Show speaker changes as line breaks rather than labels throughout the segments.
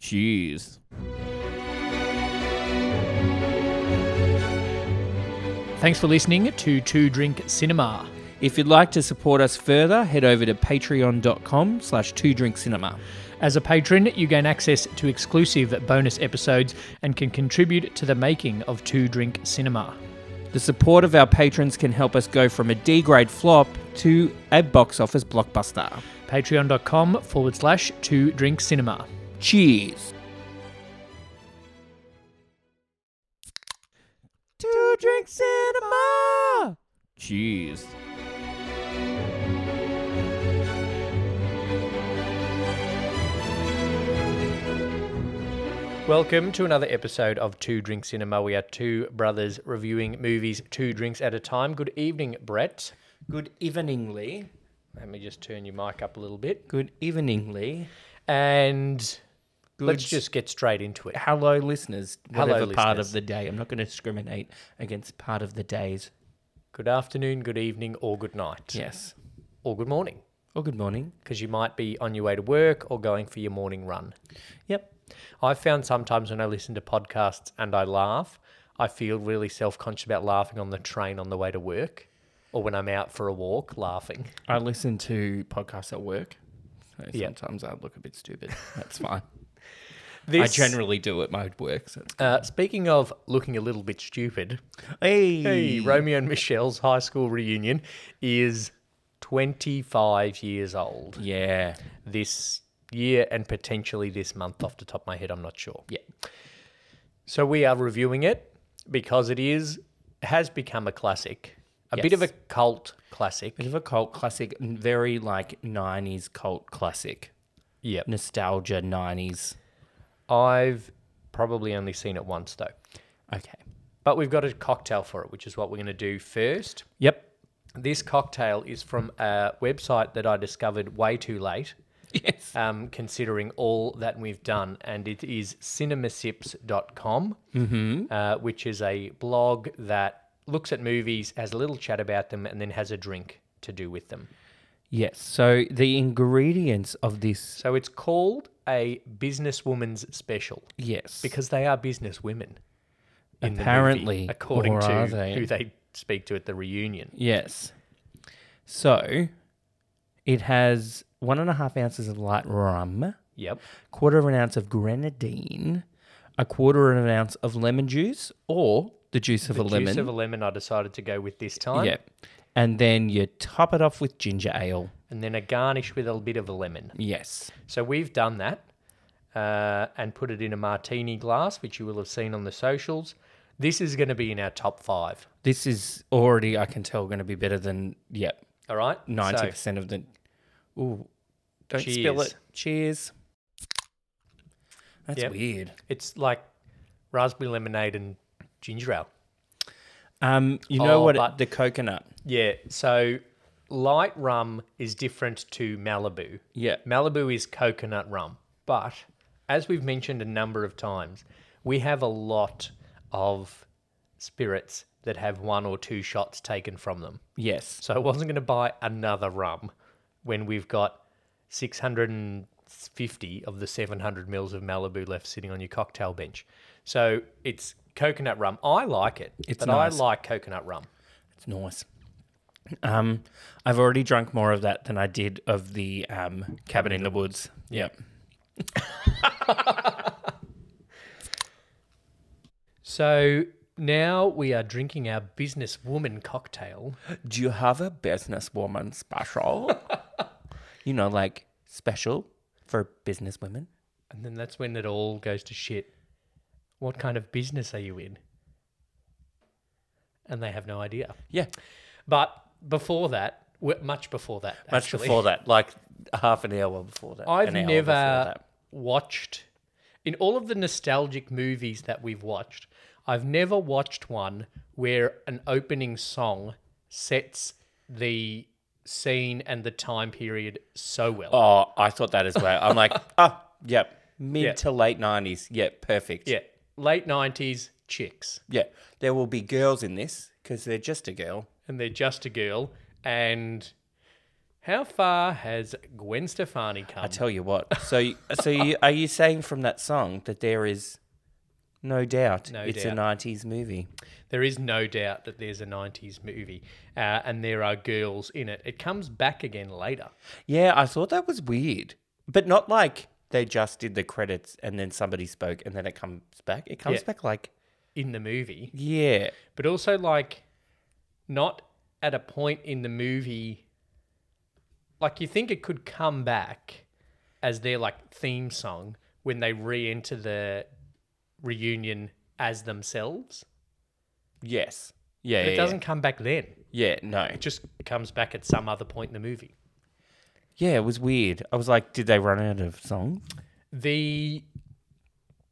Jeez.
Thanks for listening to Two Drink Cinema.
If you'd like to support us further, head over to patreon.com slash two drink cinema.
As a patron, you gain access to exclusive bonus episodes and can contribute to the making of Two Drink Cinema.
The support of our patrons can help us go from a D grade flop to a box office blockbuster.
Patreon.com forward slash Two Drink Cinema.
Cheers. Two drink cinema. Cheers.
Welcome to another episode of Two Drink Cinema. We are two brothers reviewing movies two drinks at a time. Good evening, Brett.
Good eveningly.
Let me just turn your mic up a little bit.
Good eveningly.
And let's
Good-
just get straight into it.
Hello, listeners.
Hello,
Whatever part
listeners.
of the day. I'm not going to discriminate against part of the days.
Good afternoon, good evening, or good night.
Yes.
Or good morning,
Or Oh, good morning.
because you might be on your way to work or going for your morning run.
Yep.
I've found sometimes when I listen to podcasts and I laugh, I feel really self conscious about laughing on the train on the way to work or when I'm out for a walk laughing.
I listen to podcasts at work. So
Yeah.
Sometimes I look a bit stupid. That's fine. I
This-
generally do at my work. So.
Uh, speaking of looking a little bit stupid,
Hey.
hey, Romeo and Michelle's high school reunion is 25 years old
Yeah.
this year and potentially this month off the top of my head, I'm not sure.
Yeah.
So we are reviewing it because it is has become a classic, a bit of a
Yes.
cult classic.
Bit of a cult classic, n- very like 90s cult classic.
Yeah.
Nostalgia 90s.
I've probably only seen it once though.
Okay.
But we've got a cocktail for it, which is what we're going to do first.
Yep.
This cocktail is from a website that I discovered way too late,
Yes.
um, considering all that we've done. And it is cinemasips.com,
Mm-hmm.
uh, which is a blog that looks at movies, has a little chat about them, and then has a drink to do with them.
Yes. So the ingredients of this.
So it's called a businesswoman's special
Yes.
because they are businesswomen. in the movie,
Apparently,
according
or
to
are they?
who they speak to at the reunion.
Yes. So it has one and a half ounces of light rum,
Yep.
quarter of an ounce of grenadine, a quarter of an ounce of lemon juice, or the juice of a
Juice
lemon.
of a lemon. I decided to go with this time,
yeah. And then you top it off with ginger ale.
and then a garnish with a bit of a lemon.
Yes.
So we've done that uh, and put it in a martini glass, which you will have seen on the socials. This is going to be in our top five.
This is already, I can tell, going to be better than, yep,
All right, So,
90% of the. Ooh. Don't spill
Cheers.
it. Cheers. That's
Yep.
weird.
it's like raspberry lemonade and ginger ale.
Um, you know
Oh,
what?
but-
the coconut.
Yeah. So light rum is different to Malibu.
Yeah.
Malibu is coconut rum. But as we've mentioned a number of times, we have a lot of spirits that have one or two shots taken from them.
Yes.
So I wasn't going to buy another rum when we've got 650 of the 700 mils of Malibu left sitting on your cocktail bench. So it's coconut rum. I like it,
It's
but
nice.
I like coconut rum.
It's nice. Um, I've already drunk more of that than I did of the um, cabin in the woods. Yep.
So now we are drinking our businesswoman cocktail.
Do you have a businesswoman special? you know, like special for businesswomen.
And then that's when it all goes to shit. What kind of business are you in? And they have no idea.
Yeah.
But before that, w- much before that,
Much
actually,
before that, like half an hour before that.
I've
an hour before
never
that.
watched in all of the nostalgic movies that we've watched, I've never watched one where an opening song sets the scene and the time period so well.
Oh, I thought that as well. I'm like, oh, yep. Mid
Yeah.
to late 90s. Yep. Perfect.
Yeah. Late 90s chicks.
Yeah. There will be girls in this because they're just a girl.
And they're just a girl. And How far has Gwen Stefani come?
I tell you what. So, so you, are you saying from that song that there is no doubt
No
it's
doubt.
a '90s movie?
There is no doubt that there's a 90s movie uh, and there are girls in it. It comes back again later.
Yeah, I thought that was weird, but not like they just did the credits and then somebody spoke and then it comes back. It comes
Yeah.
back like
in the movie,
yeah,
but also like not at a point in the movie. Like you think it could come back as their like theme song when they re-enter the reunion as themselves.
yes, yeah.
But
yeah,
it doesn't come back then.
Yeah, no.
It just comes back at some other point in the movie.
Yeah, it was weird. I was like, did they run out of songs?
The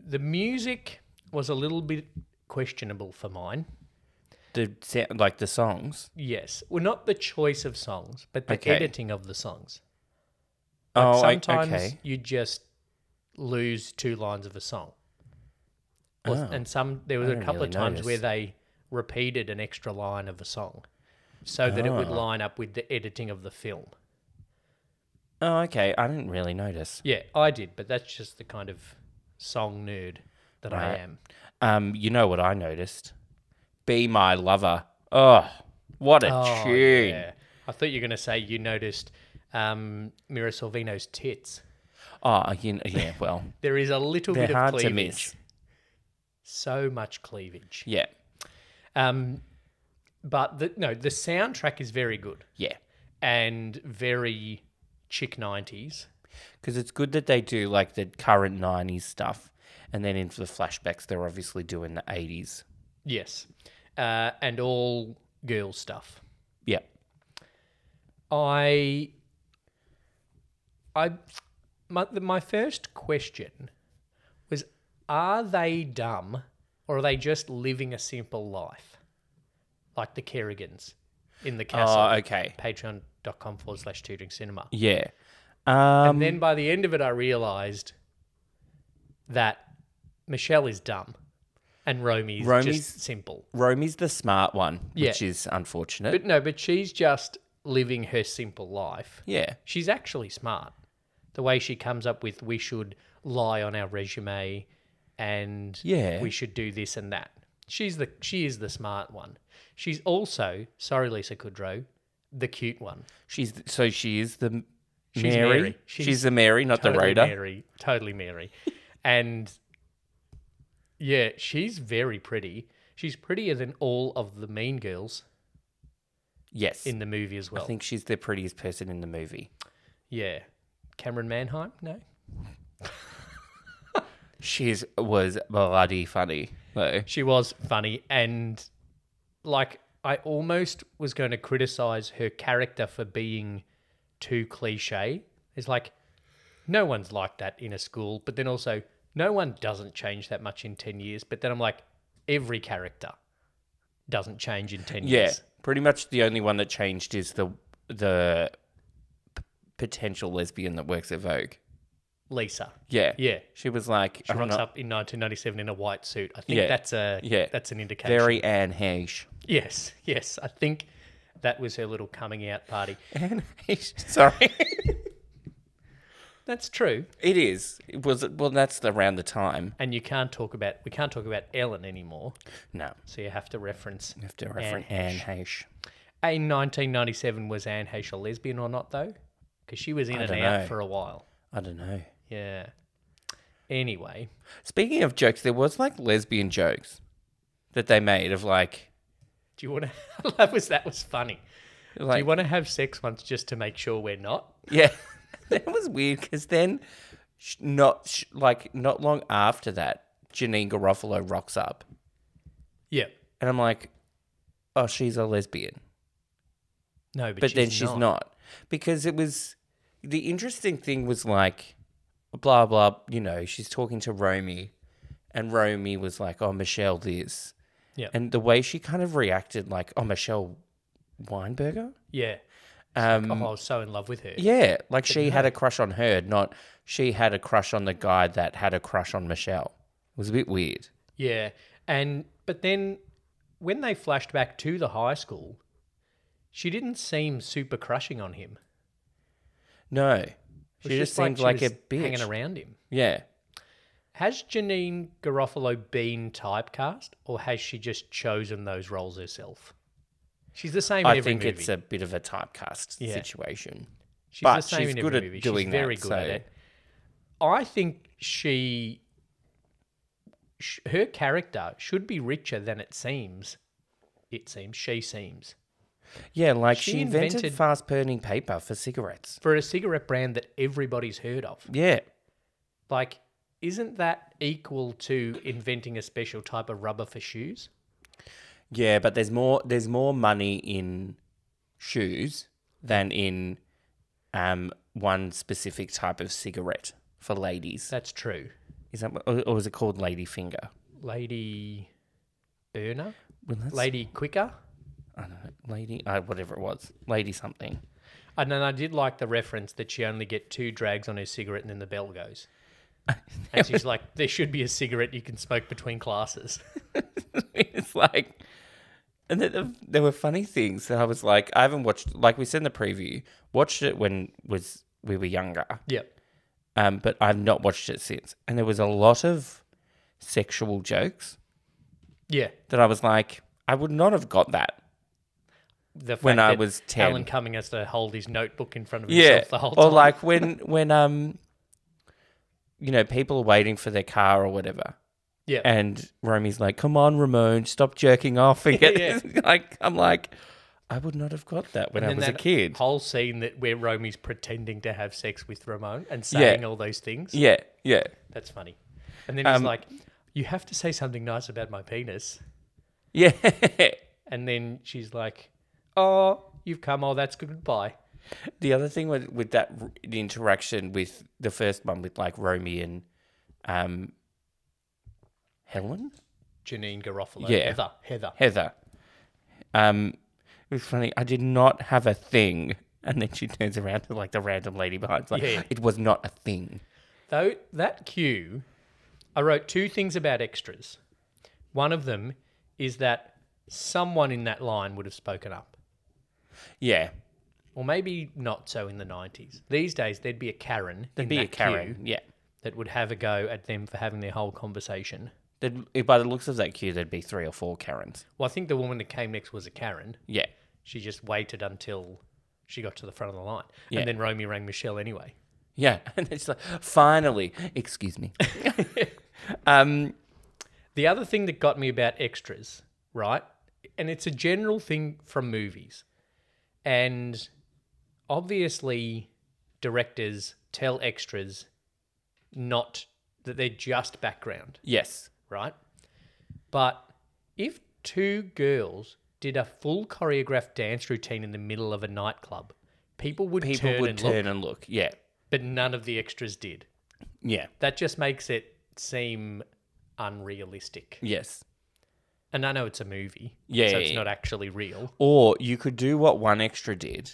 the music was a little bit questionable for mine.
The sound, like the songs.
Yes. Well, not the choice of songs, but the
Okay.
editing of the songs.
oh, I-
sometimes
okay.
you just lose two lines of a song. Or-
Oh.
And some there was a
didn't
couple of
really
times
notice.
where they repeated an extra line of a song so that it would
Ah.
line up with the editing of the film.
Oh, okay. I didn't really notice.
Yeah, I did, but that's just the kind of song nerd that I
Right.
am.
Um, you know what I noticed? Be my lover. Oh, what a
Oh,
tune!
yeah. I thought you were going to say you noticed um, Mira Sorvino's tits.
Oh, you kn- yeah. Well,
There is a little
they're
bit of
hard
cleavage.
to miss.
So much cleavage.
Yeah,
Um, but the, no, the soundtrack is very good
yeah.
and very chick nineties.
Because it's good that they do like the current '90s stuff, and then into the flashbacks, they're obviously doing the '80s.
Yes, uh, and all girl stuff.
Yeah.
I, I, my, the- my first question was: Are they dumb, or are they just living a simple life, like the Kerrigans in the castle?
Oh, okay.
Patreon.com forward slash tutoring cinema.
Yeah. Um,
And then by the end of it, I realized that Michelle is dumb and Romy's,
Romy's-
just simple.
Romy's the smart one,
Yeah.
which is unfortunate.
But no, but she's just living her simple life.
yeah.
She's actually smart. The way she comes up with we should lie on our resume and
Yeah.
we should do this and that. She's the she is the smart one. She's also, sorry Lisa Kudrow, the cute one.
She's th- so she is the
She's
Mary.
Mary. She's
She's, the Mary, not the Rhoda.
Mary, totally Mary. and yeah, she's very pretty. She's prettier than all of the mean girls
Yes,
in the movie as well.
I think she's the prettiest person in the movie.
yeah. Cameron Manheim? No.
She is, was bloody funny though.
She was funny and like I almost was going to criticize her character for being too cliche. It's like no one's like that in a school, but then also no one doesn't change that much in 10 years, but then I'm like every character doesn't change in 10
Yeah,
years.
pretty much the only one that changed is the the p- potential lesbian that works at Vogue.
Lisa.
Yeah,
Yeah.
She was like
She
I'm
rocks
not
up in 1997 in a white suit. I think
Yeah.
that's a
Yeah.
that's an indication.
very Anne Heche.
Yes, yes. I think that was her little coming out party.
Anne Heche. Sorry,
That's true.
it is. It was well. That's around the time.
And you can't talk about we can't talk about Ellen anymore,
No,
so you have to reference.
you have to reference Anne Heche.
In 1997, was Anne Heche a lesbian or not though? Because she was in and
don't
out
know.
for a while.
I don't know.
Yeah. Anyway,
Speaking of jokes, there was like lesbian jokes that they made of like,
do you want to? that was that was funny. do
like
you want to have sex once just to make sure we're not?
yeah, that was weird because then, sh- not sh- like not long after that, Janine Garofalo rocks up,
Yeah.
and I'm like, oh, she's a lesbian,
No, but,
but then she's
not.
not. because it was the interesting thing was like, blah blah, you know, she's talking to Romy, and Romy was like, oh Michelle this,
Yeah.
and the way she kind of reacted like, oh Michelle Weinberger.
Yeah.
Um,
Oh, I was so in love with her.
Yeah, like she had a crush on her, not she had a crush on the guy that had a crush on Michelle. It was a bit weird.
Yeah. And but then when they flashed back to the high school, she didn't seem super crushing on him.
No,
It
she
was
just, seemed like,
like she
a
was
bitch.
hanging around him.
Yeah,
Has Janine Garofalo been typecast, or has she just chosen those roles herself? She's the same in
I
every
think
movie.
it's a bit of a typecast
Yeah.
situation.
she's
but
the same
she's
in
good
every
at
movie.
doing
she's very
that,
good at
so-
it. I think she, sh- her character should be richer than it seems. It seems she seems
Yeah, like
She
she, invented,
invented-
fast burning paper for cigarettes.
for a cigarette brand that everybody's heard of.
Yeah,
Like, isn't that equal to inventing a special type of rubber for shoes?
yeah, but there's more. There's more money in shoes than in um one specific type of cigarette for ladies.
That's true.
Is that what- or, or is it called lady finger?
Lady Burner?
Well, that's,
Lady Quicker?
I don't know, lady, uh, whatever it was, lady something.
And then I did like the reference that she only get two drags on her cigarette and then the bell goes. And she's like, there should be a cigarette you can smoke between classes.
it's like, and then there were funny things that I was like, I haven't watched. Like we said in the preview, watched it when was we were younger,
Yep.
um, but I've not watched it since. And there was a lot of sexual jokes
Yeah.
that I was like, I would not have got that.
The fact
When I
that
was 10.
Alan Cumming has to hold his notebook in front of
Yeah,
himself the whole
or
time.
like when when um, you know, people are waiting for their car or whatever.
yeah.
and Romy's like, "Come on, Ramon, stop jerking off." And get
Yeah.
like, I'm like, I would not have got that when I
And
was a
that
kid.
Whole scene that where Romy's pretending to have sex with Ramon and saying all those things.
Yeah, yeah,
That's funny. And then he's
Um,
like, you have to say something nice about my penis.
yeah.
And then she's like, oh, you've come. Oh, that's good. Goodbye.
the other thing with with that r- the interaction with the first one with like Romy and um, Helen
Janine Garofalo.
Yeah.
Heather. Heather.
Heather, um, it was funny. I did not have a thing. And then she turns around to like the random lady behind. It's like,
Yeah.
it was not a thing.
Though that cue, I wrote two things about extras. One of them is that someone in that line would have spoken up,
Yeah.
or maybe not so in the '90s. These days, there'd be a Karen. There'd
Be a Karen. Yeah.
that would have a go at them for having their whole conversation.
There'd, if by the looks of that queue, there'd be three or four Karens.
Well, I think the woman that came next was a Karen.
Yeah.
She just waited until she got to the front of the line,
Yeah.
and then Romy rang Michelle anyway.
Yeah. And it's like, finally, excuse me. um,
The other thing that got me about extras, right? And it's a general thing from movies. And obviously, directors tell extras not that they're just background,
yes.
right? But if two girls did a full choreographed dance routine in the middle of a nightclub, people would
People
turn
would
and
turn
look,
and look. Yeah.
but none of the extras did.
Yeah.
That just makes it seem unrealistic.
Yes.
And I know it's a movie.
Yeah,
So
yeah,
it's
yeah.
not actually real.
Or you could do what one extra did,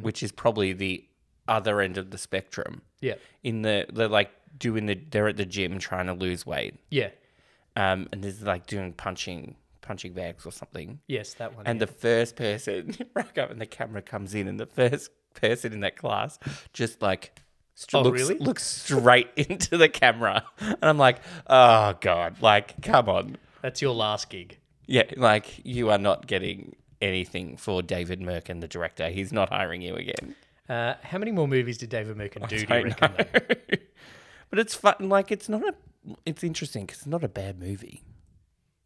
which is probably the other end of the spectrum.
Yeah.
In the, they're like doing the, they're at the gym trying to lose weight.
Yeah.
Um, and there's like doing punching, punching bags or something.
Yes, that one.
And the first person rock up and the camera comes in and the first person in that class just like st-
Oh,
looks,
really?
looks straight into the camera. And I'm like, oh God, like, come on.
That's your last gig.
Yeah, like you are not getting anything for David Merkin, the director. He's not hiring you again.
Uh, how many more movies did David Merkin do, do
I
you reckon?
know. but it's fun. Like, it's not a, it's interesting because it's not a bad movie.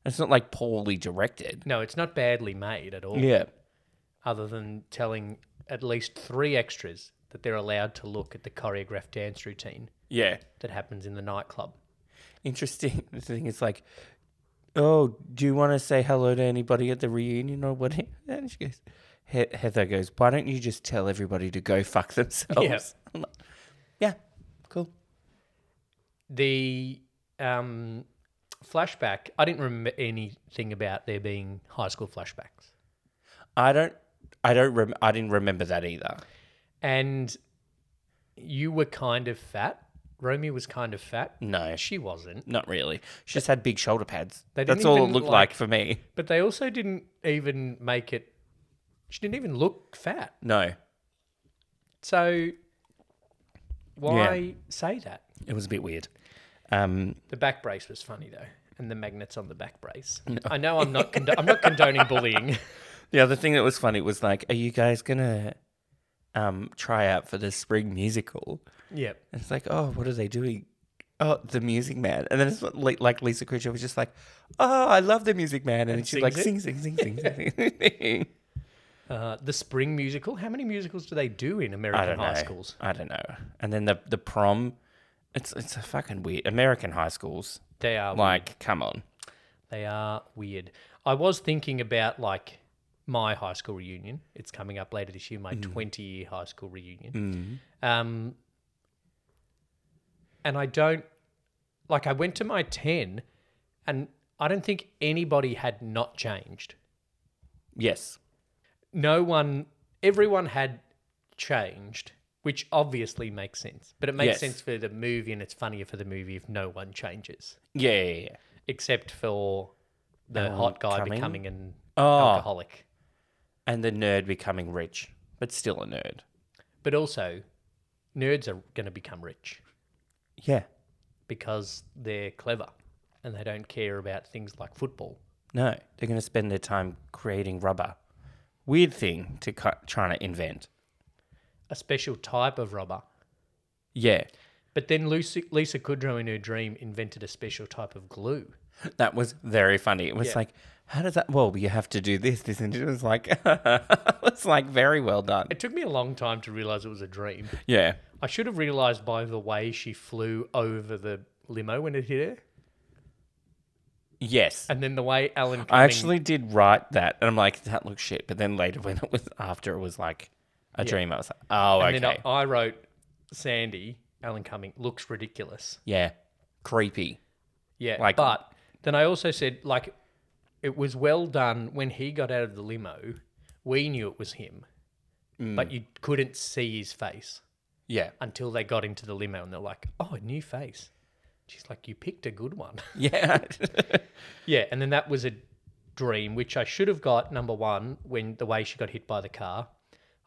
It's not like poorly directed.
No, it's not badly made at all,
Yeah.
other than telling at least three extras that they're allowed to look at the choreographed dance routine
Yeah.
that happens in the nightclub.
interesting the thing is like oh do you want to say hello to anybody at the reunion or what and she goes he- heather goes why don't you just tell everybody to go fuck themselves I'm like, yeah cool
The um, flashback, I didn't remember anything about there being high school flashbacks.
i don't i don't rem- i didn't remember that either
And you were kind of fat. Romeo was kind of fat.
no sh-
She wasn't.
not really she just had big shoulder pads
They didn't
that's all it
even,
looked
like-
like, for me
But they also didn't even make it. She didn't even look fat.
no
So Why say that?
It was a bit weird. Um,
The back brace was funny though, and the magnets on the back brace. I know I'm not condo- I'm not condoning bullying.
the other thing that was funny was like, are you guys gonna um, try out for the spring musical?
Yep.
And it's like, oh, what are they doing? Oh, the Music Man. And then it's like, like Lisa Kudrow was just like, oh, I love the Music Man, and, she's
sings
like,
it.
sing, sing, sing, sing, sing. sing.
Uh, the spring musical. How many musicals do they do in
I
American
don't
high
know.
schools?
I don't know. And then the the prom, it's it's a fucking weird American high schools.
They are
Like, come on.
They are weird. I was thinking about like my high school reunion. It's coming up later this year, my 20 year high school reunion. Um, and I don't, like, I went to my 10 and I don't think anybody had not changed.
Yes.
No one, everyone had changed, which obviously makes sense. But it makes
Yes.
sense for the movie and it's funnier for the movie if no one changes
Yeah. yeah, yeah.
except for the
Um,
hot guy
Cumming?
becoming an
Oh.
alcoholic.
And the nerd becoming rich, but still a nerd.
But also, nerds are going to become rich
Yeah.
because they're clever and they don't care about things like football.
No, they're going to spend their time creating rubber. Weird thing to cu- trying to invent.
A special type of rubber.
Yeah.
But then Lucy, Lisa Kudrow in her dream invented a special type of glue.
That was very funny. It was
Yeah.
like, how does that? Well, you have to do this, this, and it was like, it was like very well done.
It took me a long time to realize it was a dream.
Yeah.
I should have realized by the way she flew over the limo when it hit her,
Yes.
and then the way Alan Cumming
I actually did write that, and I'm like, that looks shit. But then later, when it was after, it was like a dream. I was like, oh,
and
okay,
then I, I wrote Sandy Alan Cumming looks ridiculous.
yeah, creepy.
Yeah,
Like-
but then I also said like it was well done when he got out of the limo. We knew it was him,
Mm.
but you couldn't see his face
Yeah,
until they got into the limo, and they're like, "Oh, a new face." She's like, "You picked a good one."
yeah,
yeah, and then that was a dream which I should have got number one when the way she got hit by the car.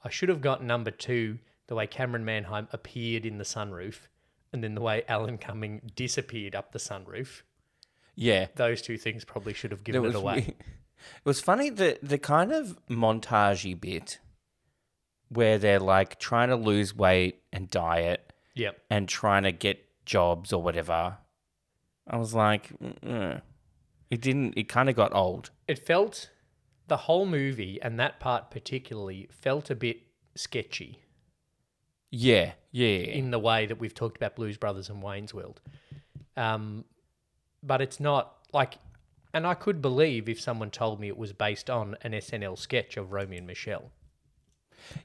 I should have got number two the way Cameron Manheim appeared in the sunroof, and then the way Alan Cumming disappeared up the sunroof
yeah.
those two things probably should have
It
given it,
was,
away.
weird. it was funny the the kind of montagey bit where they're like trying to lose weight and diet
Yep.
and trying to get jobs or whatever. I was like, mm it didn't. It kind of got old.
It felt the whole movie and that part particularly felt a bit sketchy
Yeah, yeah, yeah.
in the way that we've talked about Blues Brothers and Wayne's World. Um, but it's not like, and I could believe if someone told me it was based on an SNL sketch of Romeo and Michelle,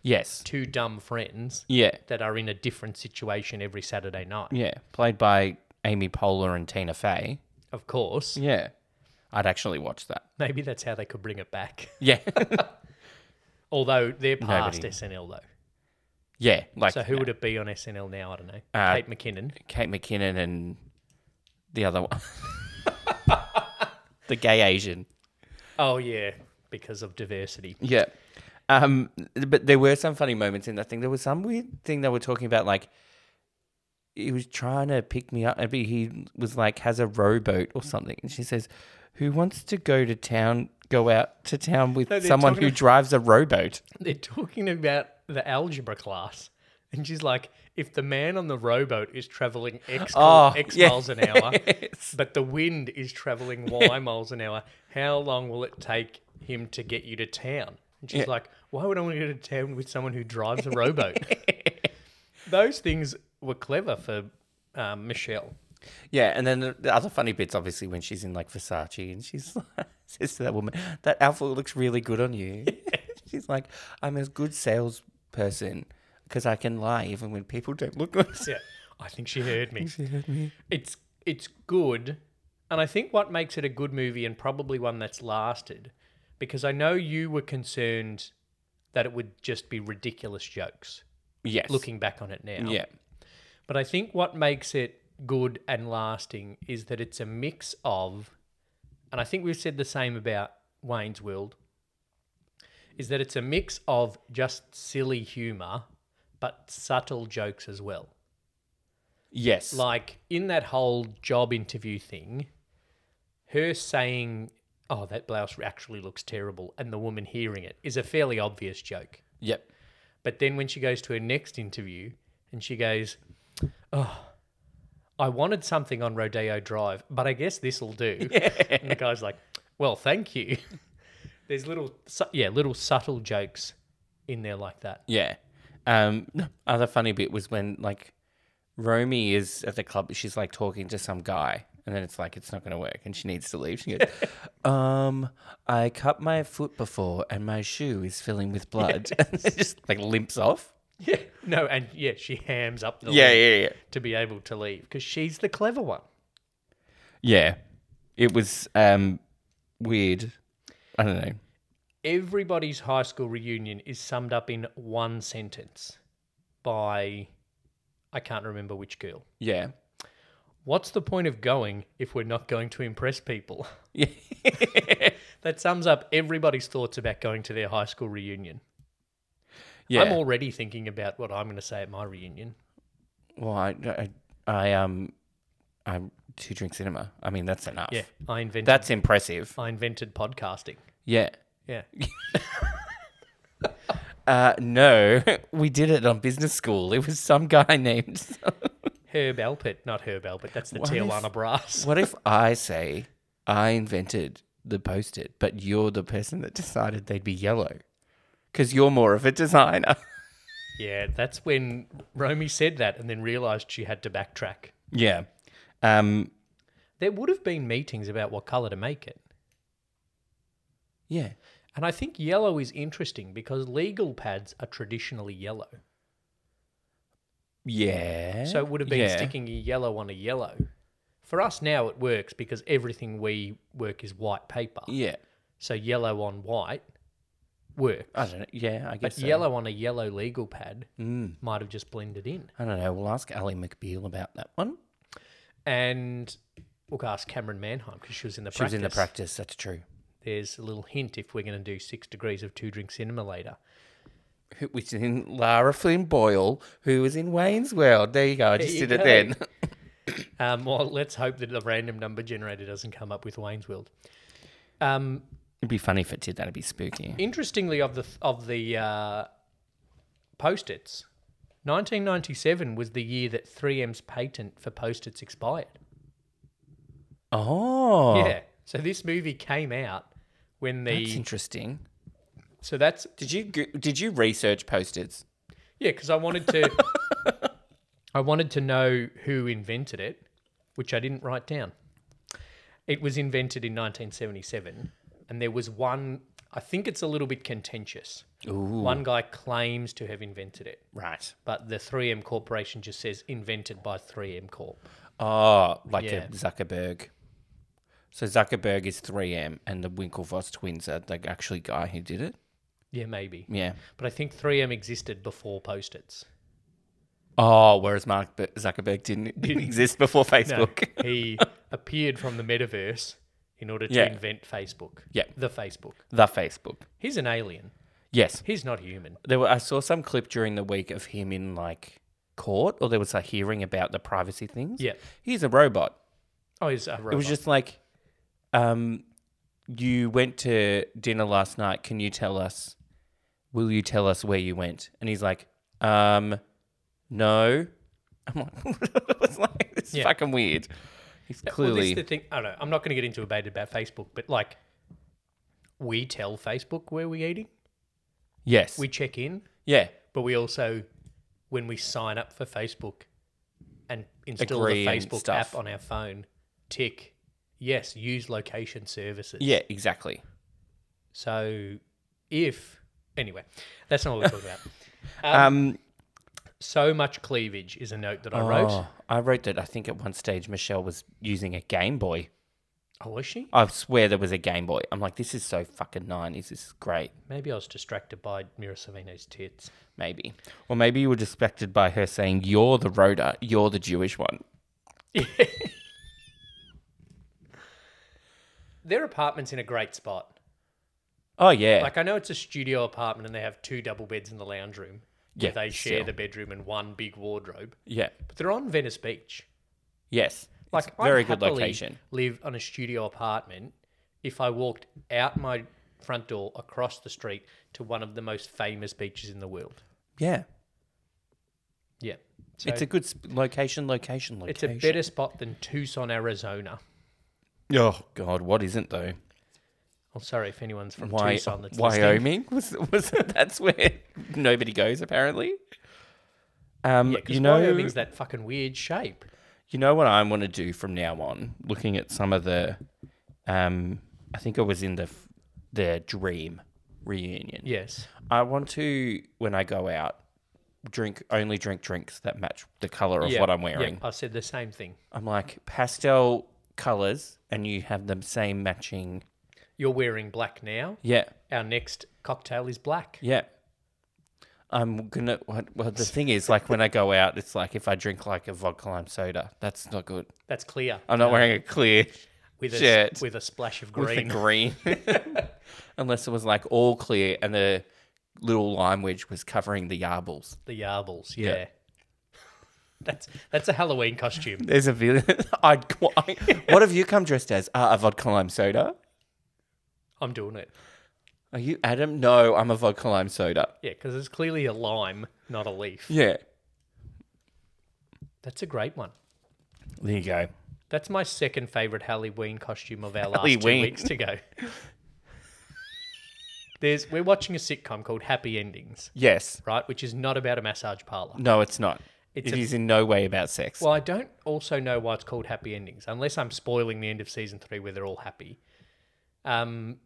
yes,
two dumb friends
yeah.
that are in a different situation every Saturday night.
Yeah, played by Amy Poehler and Tina Fey.
Of course,
Yeah, I'd actually watch that.
maybe that's how they could bring it back.
Yeah,
Although they're past
Nobody-
SNL though.
yeah, like
So who would it be on SNL now? I don't know.
Uh,
Kate McKinnon.
Kate McKinnon and the other one, the gay Asian.
Oh yeah, because of diversity.
Yeah, um, but there were some funny moments in that thing. There was some weird thing they were talking about, like. He was trying to pick me up. Maybe he was like has a rowboat or something, and she says, "Who wants to go to town? Go out to town with
No, they're
someone
talking
who
about-
drives a rowboat."
They're talking about the algebra class, and she's like, "If the man on the rowboat is traveling x,
Oh,
x
yeah.
miles an hour, but the wind is traveling y miles an hour, how long will it take him to get you to town?" And she's
Yeah.
like, "Why would I want to go to town with someone who drives a rowboat?" Those things were clever for um, Michelle.
Yeah, and then the- the other funny bits, obviously, when she's in like Versace and she's says to that woman, "That outfit looks really good on you." she's like, "I'm a good salesperson because I can lie even when people don't look good."
Yeah, I think she heard me.
She heard me.
it's it's good and i think what makes it a good movie and probably one that's lasted because i know you were concerned that it would just be ridiculous jokes
Yes.
looking back on it now
Yeah.
but i think what makes it good and lasting is that it's a mix of and i think we've said the same about wayne's world is that it's a mix of just silly humor but subtle jokes as well
Yes.
Like in that whole job interview thing, her saying, "Oh, that blouse actually looks terrible," and the woman hearing it is a fairly obvious joke.
yep.
But then when she goes to her next interview and she goes, Oh, I wanted something on Rodeo Drive, but I guess this'll do. And the guy's like, Well, thank you. There's little, su- yeah, little subtle jokes in there like that.
Yeah. Um, other funny bit was when like Romy is at the club, she's like talking to some guy, and then it's like it's not going to work, and she needs to leave. She goes, "Um, I cut my foot before, and my shoe is filling with blood." And it just like limps off.
Yeah. No, and yeah, she hams up the lead
yeah, yeah,
to be able to leave because she's the clever one.
yeah. It was um weird. I don't know.
Everybody's high school reunion is summed up in one sentence by, I can't remember which girl.
Yeah,
What's the point of going if we're not going to impress people?
yeah,
That sums up everybody's thoughts about going to their high school reunion.
yeah.
I'm already thinking about what I'm going to say at my reunion.
well, I, I, I um, I'm two drink cinema. I mean, that's enough.
Yeah, I invented
That's impressive.
I invented podcasting.
Yeah.
Yeah.
Uh, no, we did it on business school. It was some guy named.
Herb Alpert, not Herb Alpert, that's the
What if-
Tijuana Brass.
what if I say I invented the post it, but you're the person that decided they'd be yellow? Because you're more of a designer.
Yeah, that's when Romy said that and then realized she had to backtrack.
yeah. Um,
There would have been meetings about what color to make it.
yeah.
And I think yellow is interesting because legal pads are traditionally yellow.
Yeah.
So it would have been
Yeah.
sticking a yellow on a yellow. For us now, it works because everything we work is white paper.
Yeah.
So yellow on white works.
I don't know. Yeah, I guess.
But
so.
yellow on a yellow legal pad
Mm.
might have just blended in.
I don't know. We'll ask Ali McBeal about that one.
And we'll ask Cameron Manheim because she was in the
She
practice.
was in the practice. That's true.
There's a little hint if we're going to do six degrees of two drink cinema later.
Who- Which is in Lara Flynn Boyle, who was in Wayne's World. There you go. I just
you
did it
go.
then.
Um, well, let's hope that the random number generator doesn't come up with Wayne's World. Um,
It'd be funny if it did. That'd be spooky.
Interestingly, of the of the uh, post-its, 1997 was the year that 3M's patent for post-its expired.
Oh,
Yeah. So this movie came out when the
That's interesting.
so that's
Did you go- did you research post-its?
yeah because I wanted to I wanted to know who invented it, which I didn't write down. It was invented in 1977, and there was one. I think it's a little bit contentious.
Ooh,
One guy claims to have invented it.
right.
but the 3M Corporation just says invented by 3M Corp.
Oh, like
Yeah.
a Zuckerberg. So Zuckerberg is 3M, and the Winklevoss twins are the actually guy who did it.
Yeah, maybe.
Yeah.
But I think 3M existed before Post-its.
Oh, whereas Mark B- Zuckerberg didn't, didn't exist before
No,
Facebook.
he appeared from the metaverse in order to
Yeah.
invent Facebook.
Yeah.
The Facebook.
The Facebook.
He's an alien.
Yes,
He's not human.
there were. I saw some clip during the week of him in like court, or there was a hearing about the privacy things.
Yeah.
He's a robot.
Oh, he's a robot.
It was just like, um, you went to dinner last night. Can you tell us? Will you tell us where you went? And he's like, um, no. I'm like, it's like it's
Yeah.
fucking weird. He's
Well, this
clearly
is the thing. I don't know. I'm not going to get into a debate about Facebook, but like, we tell Facebook where we're eating.
yes,
We check in,
yeah,
but we also, when we sign up for Facebook and install
Agree
the
and
Facebook
stuff.
app on our phone, tick yes, use location services.
yeah, exactly.
So if anyway, that's not what we're talking about.
Um,
So much cleavage is a note that I wrote.
oh, I wrote that. I think at one stage Michelle was using a Game Boy.
Oh, was she?
I swear there was a Game Boy. I'm like, this is so fucking nineties. This is great.
Maybe I was distracted by Mira Savino's tits.
Maybe. Or maybe you were distracted by her saying, You're the Rhoda, you're the Jewish one.
Their apartment's in a great spot.
Oh, yeah.
Like I know it's a studio apartment and they have two double beds in the lounge room. where
Yeah,
they share
still.
the bedroom and one big wardrobe.
Yeah.
But they're on Venice Beach.
Yes.
Like
It's very
I'd
good
happily
location.
Live on a studio apartment if I walked out my front door across the street to one of the most famous beaches in the world.
Yeah.
Yeah. So
it's a good sp- location, location,
it's a
location.
better spot than Tucson, Arizona.
Oh God, what isn't though?
I'm Oh, sorry if anyone's from
Wy-
Tucson that's listening.
Wyoming was was that's where nobody goes apparently. Um,
Yeah, 'cause
you know,
Wyoming's that fucking weird shape.
you know what I want to do from now on. Looking at some of the, um, I think it was in the f- the dream reunion.
Yes.
I want to when I go out, drink only drink drinks that match the color of
Yeah,
what I'm
yeah,
wearing.
I said the same thing.
I'm like pastel colors, and you have the same matching.
You're wearing black now.
Yeah,
Our next cocktail is black.
yeah. I'm gonna. what- Well, the thing is, like when I go out, it's like if I drink like a vodka lime soda, that's not good.
That's clear.
I'm not wearing a clear
with a,
shirt.
with a splash of
with a
green.
green, unless it was like all clear and the little lime wedge was covering the yarbles.
The yarbles, yeah. That's that's a Halloween costume.
There's a villain. I'd. I, what have you come dressed as? Uh, a vodka lime soda.
I'm doing it.
Are you Adam? No, I'm a vodka lime soda.
Yeah, because it's clearly a lime, not a leaf.
Yeah.
That's a great one.
There you go.
That's my second favorite Halloween costume of our last two
Halloween.
weeks to go. There's we're watching a sitcom called Happy Endings,
Yes.
right? Which is not about a massage parlor.
No, it's not.
It's
It's
a-
in no way about sex.
Well, I don't also know why it's called Happy Endings, unless I'm spoiling the end of season three where they're all happy. Um,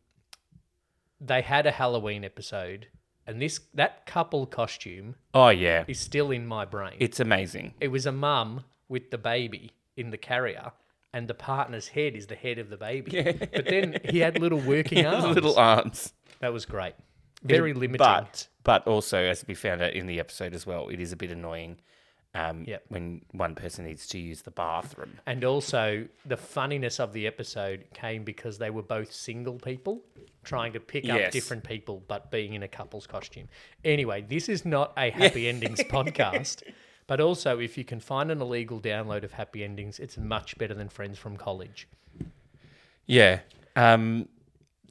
they had a Halloween episode, and this that couple costume
oh yeah,
is still in my brain. It,
it's amazing.
was a mum with the baby in the carrier, and the partner's head is the head of the baby. But then he had little working arms.
Little arms,
That was great. Very limiting.
but but also as we found out in the episode as well, it is a bit annoying. Um,
Yep.
when one person needs to use the bathroom.
And also, the funniness of the episode came because they were both single people trying to pick up
Yes.
different people, but being in a couple's costume. Anyway, this is not a Happy Endings podcast. But also, if you can find an illegal download of Happy Endings, it's much better than Friends from College.
Yeah. Um.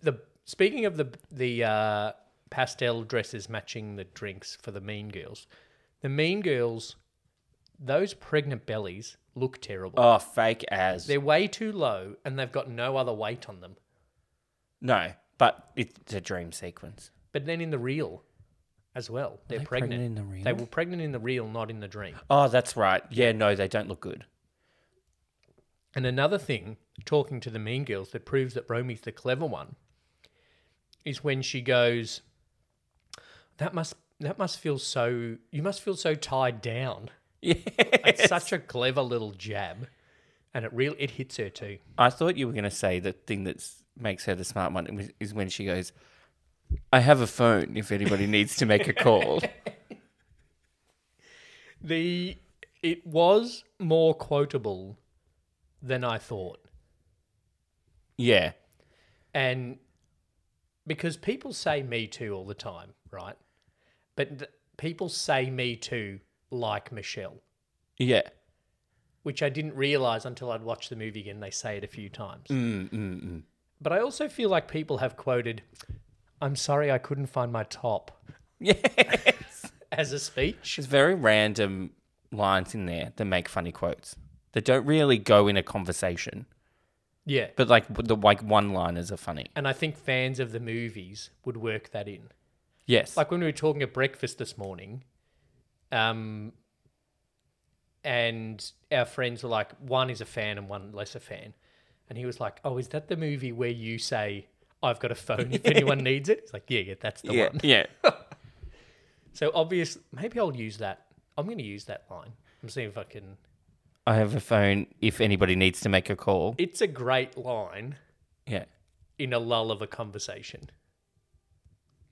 The speaking of the the uh, pastel dresses matching the drinks for the Mean Girls, the Mean Girls, those pregnant bellies look terrible.
Oh, fake as
They're way too low and they've got no other weight on them.
no, but it's a dream sequence.
But then in the real as well, they're
they
pregnant.
pregnant in the real?
They were pregnant in the real, not in the dream.
Oh, that's right. Yeah. No, they don't look good.
And another thing, talking to the mean girls, that proves that Romy's the clever one is when she goes, That must that must feel so you must feel so tied down.
Yeah.
It's such a clever little jab. And it real it hits her too.
I thought you were going to say the thing that makes her the smart one is when she goes, I have a phone if anybody needs to make a call.
The it was more quotable than I thought.
yeah.
And because people say me too all the time, right? But th- people say me too like Michelle,
Yeah.
which I didn't realize until I'd watched the movie again. They say it a few times. But I also feel like people have quoted, I'm sorry I couldn't find my top
Yes.
as a speech.
There's very random lines in there that make funny quotes that don't really go in a conversation,
Yeah.
but like the like one liners are funny.
And I think fans of the movies would work that in.
Yes.
like when we were talking at breakfast this morning, um, and our friends were like, one is a fan and one less a fan, and he was like, "Oh, is that the movie where you say I've got a phone if anyone needs it?" It's like, "Yeah, yeah, that's the
yeah.
one."
Yeah.
So obvious. Maybe I'll use that. I'm going to use that line. I'm seeing if I can.
I have a phone if anybody needs to make a call.
It's a great line
Yeah.
in a lull of a conversation.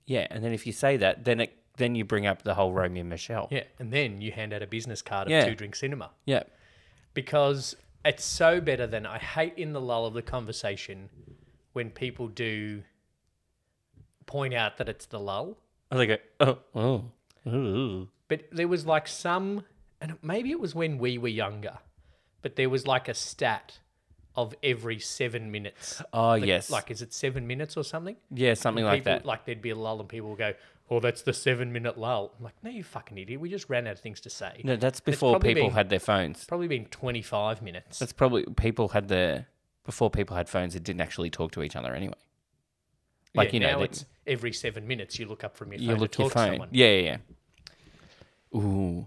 Yeah. And then if you say that, then it then you bring up the whole Romeo and Michelle.
Yeah, and then you hand out a business card of
Yeah.
two drink cinema.
Yeah.
because it's so better than I hate in the lull of the conversation when people do point out that it's the lull. uh,
I was like, oh, oh. Ooh.
but there was like some, and maybe it was when we were younger, but there was like a stat of every seven minutes.
Oh,
Like-
yes.
Like, is it seven minutes or something?
Yeah, something like
people,
that.
Like, there'd be a lull and people would go, oh, that's the seven minute lull. I'm like, no, you fucking idiot. We just ran out of things to say.
no, that's before
probably
people
been-
had their phones.
Probably been 25 minutes.
That's probably people had their before people had phones. It didn't actually talk to each other anyway. Like
Yeah,
you know,
now
they-
it's every seven minutes you look up from your phone
you look
to
your
talk to
phone.
someone.
Yeah, yeah, yeah. Ooh,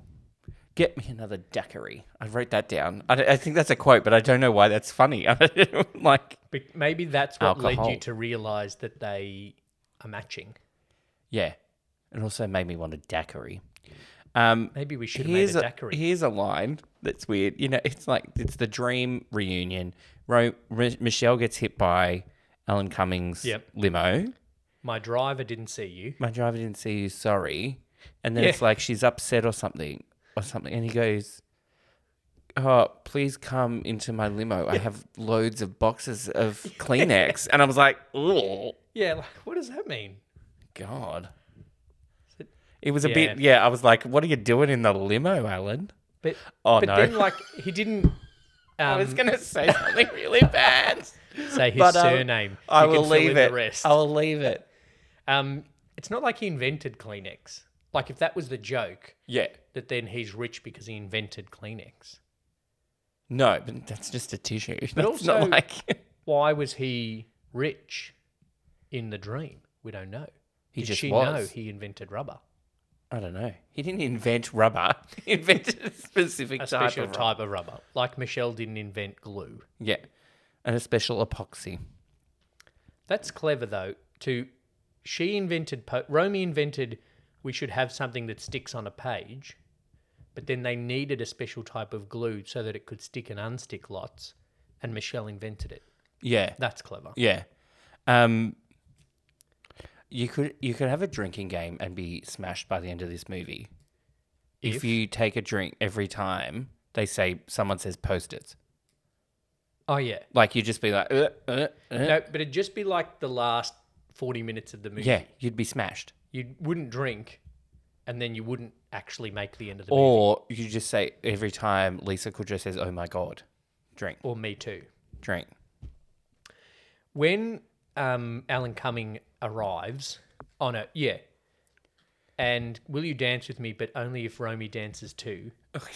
get me another daiquiri. I wrote that down. I, I think that's a quote, but I don't know why that's funny. like,
But maybe that's what led
Alcohol.
you to realize that they are matching.
yeah, it also made me want a daiquiri. Um,
Maybe we should have made
here's
a
a,
daiquiri.
here's a line that's weird. You know, it's like it's the dream reunion. Ro- Ri- Michelle gets hit by Alan Cummings'
Yep.
limo.
My driver didn't see you.
My driver didn't see you. Sorry. And then
Yeah.
it's like she's upset or something or something, and he goes. Oh, please come into my limo. I have loads of boxes of Kleenex. And I was like, oh,
Yeah, like, what does that mean?
God. It was a
Yeah.
bit, yeah. I was like, what are you doing in the limo, Alan?
But
Oh,
but
no.
then like he didn't
I was
um,
going to say something really bad.
say his
but, um,
surname.
I
You can
will
fill in
leave
the
it.
rest.
I will leave it.
Um, it's not like he invented Kleenex. Like if that was the joke,
Yeah.
that then he's rich because he invented Kleenex.
No, but that's just a tissue. But that's
also-
not like
Why was he rich in the dream? We don't know.
He
Did
just
she know
was.
he invented rubber?
I don't know. He didn't invent rubber. He invented a specific
A
type
special
of rubber.
type of rubber. Like Michelle didn't invent glue.
Yeah, and a special epoxy.
That's clever though. To she invented po- Romy invented we should have something that sticks on a page, but then they needed a special type of glue so that it could stick and unstick lots, and Michelle invented it.
Yeah,
That's clever.
yeah. Um, you could you could have a drinking game and be smashed by the end of this movie if,
If-
you take a drink every time they say someone says post-its.
Oh yeah.
Like you'd just be like, uh, uh, uh.
No, but it'd just be like the last forty minutes of the movie.
yeah, you'd be smashed.
You wouldn't drink, and then you wouldn't actually make the end of the movie.
Or you just say every time Lisa Kudrow says, "Oh my god," drink,
Or me too.
drink.
when um, Alan Cumming arrives on a yeah, and will you dance with me? But only if Romy dances too.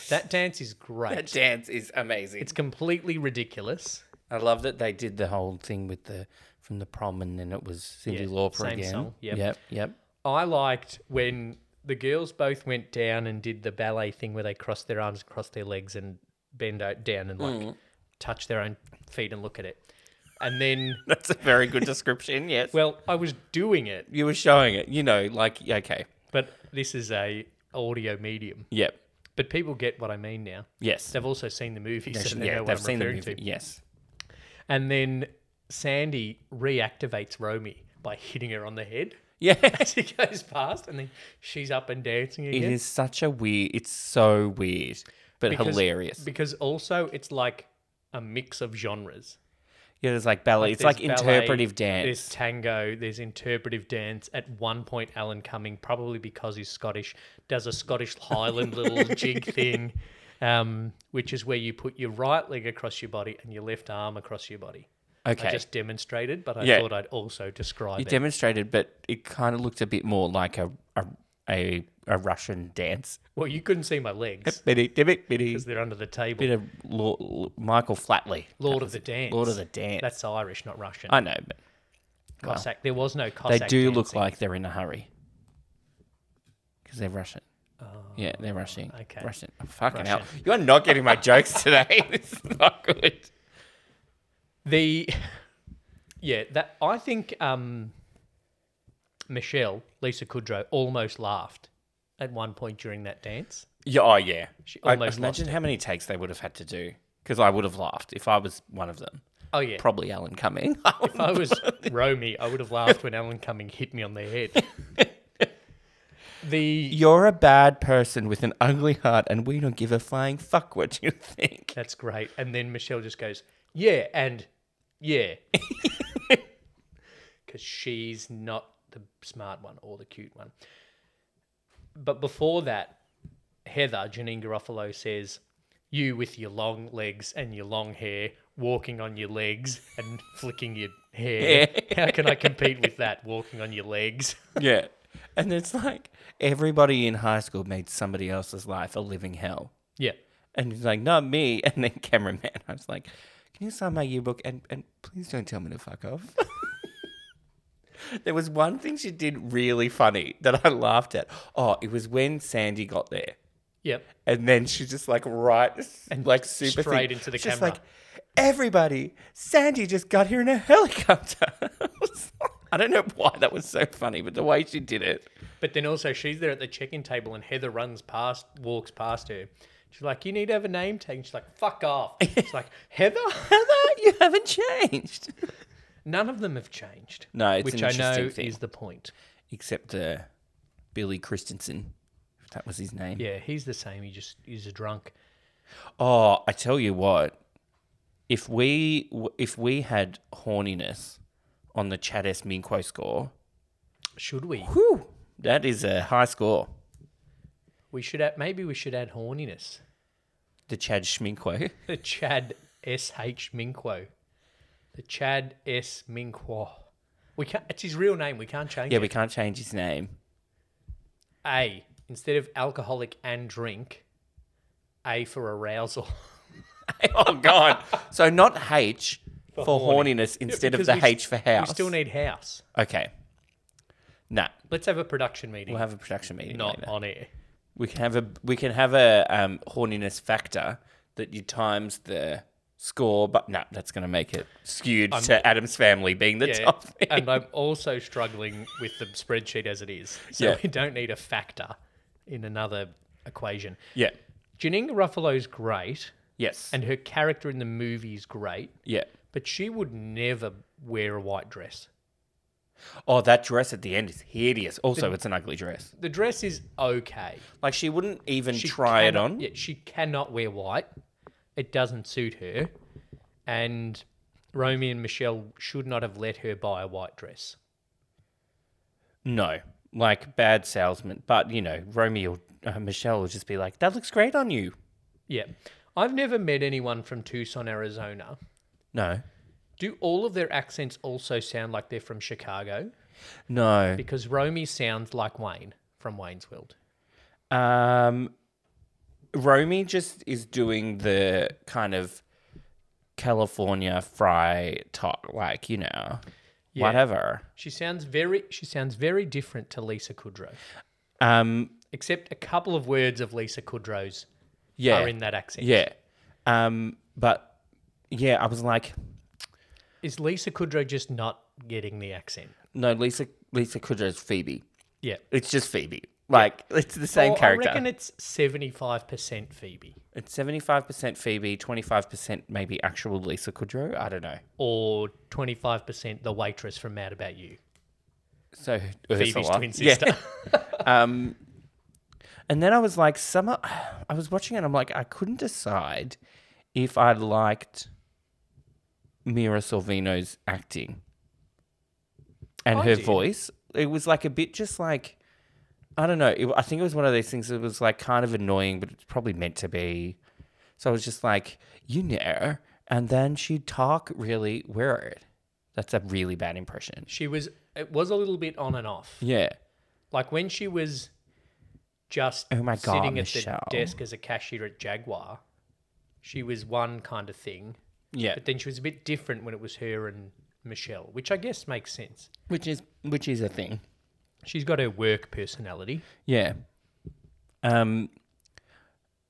that dance is
That
great.
dance is amazing.
It's completely ridiculous.
I love that they did the whole thing with the from the prom, and then it was Cindy
Yeah,
Lauper
same
again.
song, yep.
yep, yep.
I liked when the girls both went down and did the ballet thing where they cross their arms, cross their legs, and bend out down and like touch their own feet and look at it. And then,
That's a very good description. Yes,
well, I was doing it,
you were showing it. You know, like okay,
but this is a audio medium.
yep,
But people get what I mean now.
yes.
They've also seen the movie, so they
yeah,
know what
they've
I'm
seen the
referring
movie.
to.
Yes,
And then Sandy reactivates Romy by hitting her on the head
yeah.
as he goes past, and then she's up and dancing
It
again.
is such a weird. It's so weird, but
Because-
hilarious.
Because also it's like a mix of genres.
Yeah, there's like ballet. it's
There's
like
ballet,
interpretive dance.
There's tango, there's interpretive dance. At one point, Alan Cumming, probably because he's Scottish, does a Scottish Highland little jig thing, um, which is where you put your right leg across your body and your left arm across your body. I
Okay.
just demonstrated, but I
Yeah.
thought I'd also describe
You
it.
demonstrated, but it kind of looked a bit more like a a a, a Russian dance.
well, you couldn't see my legs
Bitty, bitty, bitty.
because they're under the table.
Bit of Lord, Michael Flatley.
Lord of the Dance.
Lord of the Dance.
That's Irish, not Russian.
I know, but
Cossack. There was no
they
Cossack.
do look
dancing.
like they're in a hurry because they're Russian. yeah, they're rushing.
Oh, okay.
Russian. fucking hell.
Russian.
You are not getting my jokes today. this is not good.
the. Yeah, that I think um, Michelle Lisa Kudrow almost laughed at one point during that dance.
Yeah, oh, yeah.
She
I,
almost
imagine how many takes they would have had to do because I would have laughed if I was one of them.
Oh yeah,
Probably Alan Cumming.
if I was Romy, I would have laughed when Alan Cumming hit me on the head. the
You're a bad person with an ugly heart, and we don't give a flying fuck what you think.
That's great. And then Michelle just goes, yeah, and yeah. Because she's not the smart one or the cute one. But before that, Heather, Janine Garofalo says, You with your long legs and your long hair, walking on your legs and flicking your hair. How can I compete with that, walking on your legs?
Yeah. And it's like everybody in high school made somebody else's life a living hell.
yeah.
And he's like, not me. And then cameraman, I was like, can you sign my yearbook? And, and please don't tell me to fuck off. there was one thing she did really funny that I laughed at. Oh, it was when Sandy got there.
Yep.
And then she just like right and like super
straight
thin.
into the
She's
camera.
Like, Everybody, Sandy just got here in a helicopter. I was like- I don't know why that was so funny, but the way she did it.
But then also she's there at the check-in table and Heather runs past, walks past her. She's like, "You need to have a name tag." And she's like, "Fuck off." She's like, "Heather."
Heather, you haven't changed.
None of them have changed.
No, it's
which
an
I know
interesting thing.
is the point.
Except uh, Billy Christensen, if that was his name.
Yeah, he's the same. He just is a drunk.
Oh, I tell you what, if we if we had horniness on the Chad S. Minko score,
Should we?
whew, that is a high score.
We should add, maybe we should add horniness.
The Chad Schminko.
The Chad S H Minkwo. The Chad S Minkwo. We can't. It's his real name. We can't change
Yeah,
it.
we can't change his name.
A instead of alcoholic and drink. A for arousal.
oh God! So not H for,
horny.
horniness instead of
because
the
we s-
H for house.
We still need house.
Okay. Nah,
Let's have a production meeting,
we'll have a production meeting.
not
later.
on air.
We can have a we can have a um, horniness factor that you times the score, but no, that's going to make it skewed to Adam's family being the
Yeah,
top thing.
and I'm also struggling with the spreadsheet as it is. So
Yeah.
we don't need a factor in another equation.
yeah.
Janine Ruffalo's great,
Yes.
and her character in the movie is great,
yeah.
but she would never wear a white dress.
Oh, that dress at the end is hideous. Also, it's an ugly dress.
The dress is okay.
Like she wouldn't even
She
try it
cannot-
on.
Yeah, she cannot wear white. It doesn't suit her. And Romy and Michelle should not have let her buy a white dress.
No, like bad salesman. But you know, Romeo, uh, Michelle will just be like, "That looks great on you."
Yeah. I've never met anyone from Tucson, Arizona.
No,
Do all of their accents also sound like they're from Chicago?
no.
Because Romy sounds like Wayne from Wayne's World.
Um, Romy just is doing the kind of California fry talk, like you know,
Yeah.
whatever.
She sounds very she sounds very different to Lisa Kudrow.
Um,
Except a couple of words of Lisa Kudrow's
yeah,
are in that accent.
yeah. Um, but yeah, I was like,
Is Lisa Kudrow just not getting the accent?
no, Lisa, Lisa Kudrow's Phoebe.
Yeah.
It's just Phoebe. Like it's the same
Well,
character.
Oh, I reckon it's seventy five percent Phoebe
It's seventy five percent Phoebe, twenty five percent maybe actual Lisa Kudrow. I don't know.
or twenty five percent the waitress from Mad About You.
So
Phoebe's
Ursula.
twin
Yeah.
sister.
Um, and then I was like, summer. I was watching it. I'm like, I couldn't decide if I liked Mira Sorvino's acting and
I
her
did.
voice. It was like a bit just like I don't know. It, I think it was one of those things that was like kind of annoying, but it's probably meant to be. So I was just like, you know. And then she'd talk really weird. That's a really bad impression.
She was it was a little bit on and off.
Yeah.
Like when she was just
Oh my God,
sitting at
Michelle.
the desk as a cashier at Jaguar, she was one kind of thing.
Yeah.
But then she was a bit different when it was her and Michelle, which I guess makes sense.
Which is which is a thing.
She's got her work personality.
Yeah. Um,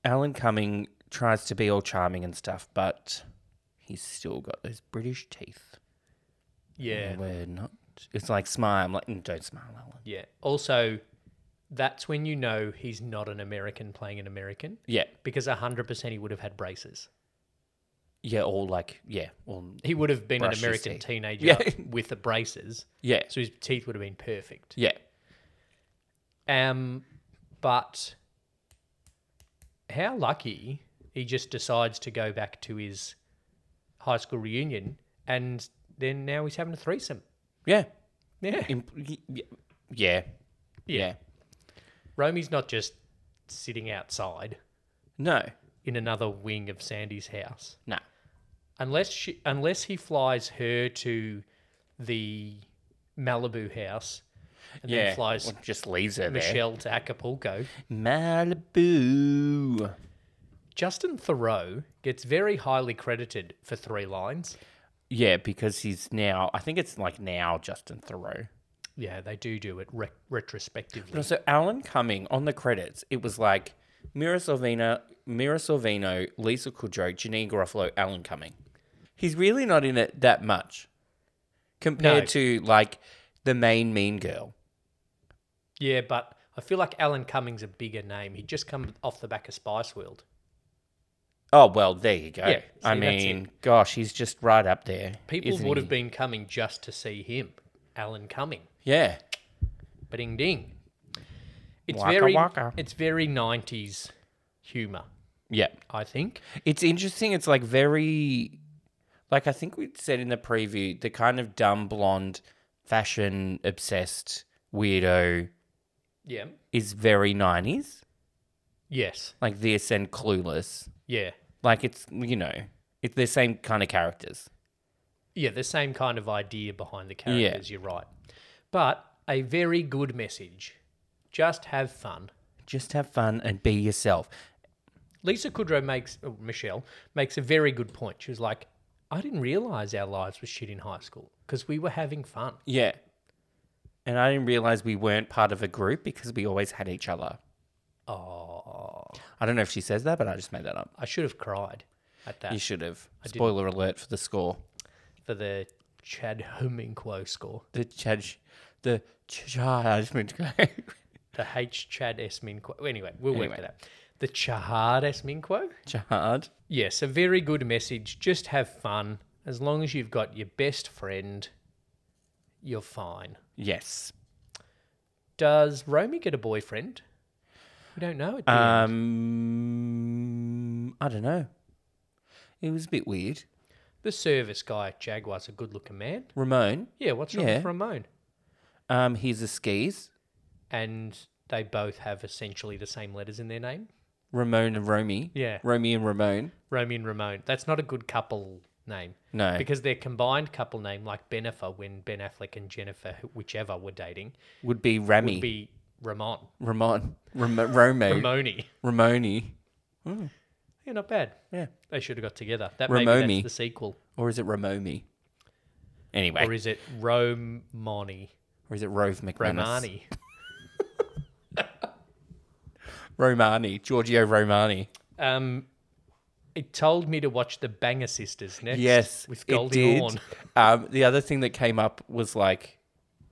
Alan Cumming tries to be all charming and stuff, but he's still got those British teeth.
Yeah.
We're not. It's like smile. I'm like, "Mm, don't smile, Alan.
Yeah. Also, that's when you know he's not an American playing an American
Yeah.
because 100% he would have had braces.
Yeah. Or like, yeah. Or
He would have been
Brush
an
his
American
teeth.
teenager
Yeah.
with the braces.
yeah.
So his teeth would have been perfect.
Yeah.
Um, but how lucky he just decides to go back to his high school reunion and then now he's having a threesome.
Yeah.
Yeah.
Imp- y- y- yeah. Yeah.
Romy's not just sitting outside
No,
in another wing of Sandy's house.
no.
Unless she unless he flies her to the Malibu house and
yeah,
then flies
or just leaves her there.
Michelle to Acapulco.
Malibu.
Justin Thoreau gets very highly credited for three lines.
Yeah, because he's now. I think it's like now Justin Thoreau.
Yeah, they do do it re- retrospectively.
But also Alan Cumming on the credits. It was like Mira Sorvino, Mira Sorvino, Lisa Kudrow, Janine Garofalo, Alan Cumming. He's really not in it that much compared
No.
to like the main Mean Girl.
Yeah, but I feel like Alan Cumming's a bigger name. He'd just come off the back of Spice World.
Oh well, there you go.
Yeah,
I
see, that's it.
mean, gosh, he's just right up there.
People
isn't
would
he?
have been coming just to see him, Alan Cumming.
Yeah,
Bing ding. It's
Waka
very
waka.
it's very nineties humour,
yeah.
I think.
It's interesting. It's like very, like I think we said in the preview, the kind of dumb blonde, fashion obsessed weirdo
Yeah.
is very nineties.
Yes.
like this and Clueless.
Yeah.
Like it's you know it's the same kind of characters.
Yeah, the same kind of idea behind the characters, you're right. But a very good message. Just have fun.
Just have fun and be yourself.
Lisa Kudrow makes oh, Michelle makes a very good point. She was like, "I didn't realize our lives were shit in high school because we were having fun."
Yeah. And I didn't realize we weren't part of a group because we always had each other.
Oh,
I don't know if she says that, but I just made that up.
I should have cried at that
You should have. Spoiler alert for the score.
for the Chad Huminquo score,
The judge, the judgment.
the H Chad S Minquo. Anyway, we'll
Anyway.
work that out. The Chahad S Minquo.
Jihad.
Yes, a very good message. Just have fun. As long as you've got your best friend, you're fine.
Yes.
Does Romy get a boyfriend? We don't know. at the
Uh,
end.
Um, I don't know. It was a bit weird.
The service guy at Jaguar's a good looking man.
Ramon,
Yeah, what's wrong
Yeah.
with Ramon?
um, he's a skis.
And they both have essentially the same letters in their name.
Ramon and Romy.
Yeah.
Romy and Ramon.
Romy and Ramon. That's not a good couple name.
No.
Because their combined couple name, like Benifer, when Ben Affleck and Jennifer, wh- whichever were dating,
would be Rami.
would be Ramon.
Ramon. Ram- Romo.
Ramoni.
Ramoni.
Yeah, not bad.
Yeah.
They should have got together. That maybe
Ramoni.
that's the sequel.
Or is it Ramomi? Anyway.
Or
Or is,
is it Romani?
it Rove McManus?
Romani.
Romani. Giorgio Romani.
Um, it told me to watch the Banger Sisters next.
Yes.
With
it
Goldie
did.
Hawn.
Um, the other thing that came up was like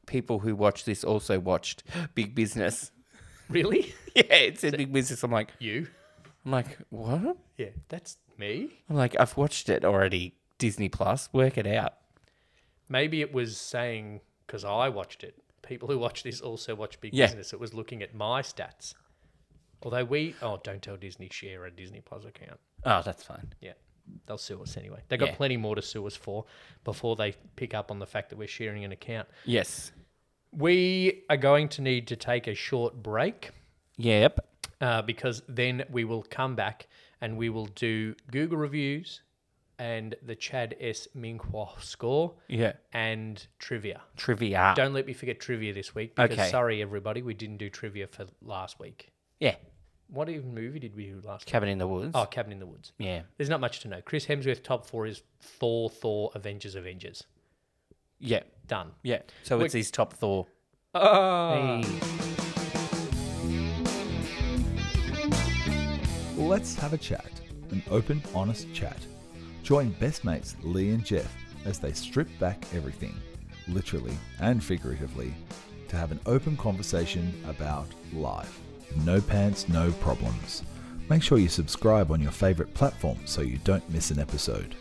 people who watched this also watched Big Business.
Really?
Yeah, it said Big Business. I'm like,
You?
I'm like, what?
Yeah, that's me.
I'm like, I've watched it already. Disney Plus, work it out.
Maybe it was saying because I watched it. People who watch this also watch Big
Yeah.
Business. It was looking at my stats. Although we, oh, don't tell Disney, share a Disney Plus account.
Oh, that's fine.
Yeah, they'll sue us anyway. They got
Yeah.
plenty more to sue us for before they pick up on the fact that we're sharing an account.
Yes.
We are going to need to take a short break
Yep.
uh, because then we will come back and we will do Google reviews and the Chad S. Minghua score
Yeah.
and trivia.
Trivia.
Don't let me forget trivia this week because
Okay.
sorry everybody, we didn't do trivia for last week.
Yeah.
What even movie did we do last week?
Cabin in the Woods.
Oh, Cabin in the Woods.
Yeah.
There's not much to know. Chris Hemsworth top four is Thor, Thor, Avengers, Avengers.
Yeah.
Done.
Yeah. So it's his top Thor.
Let's have a chat, an open, honest chat. Join best mates Lee and Jeff as they strip back everything, literally and figuratively, to have an open conversation about life. No pants, no problems. Make sure you subscribe on your favourite platform so you don't miss an episode.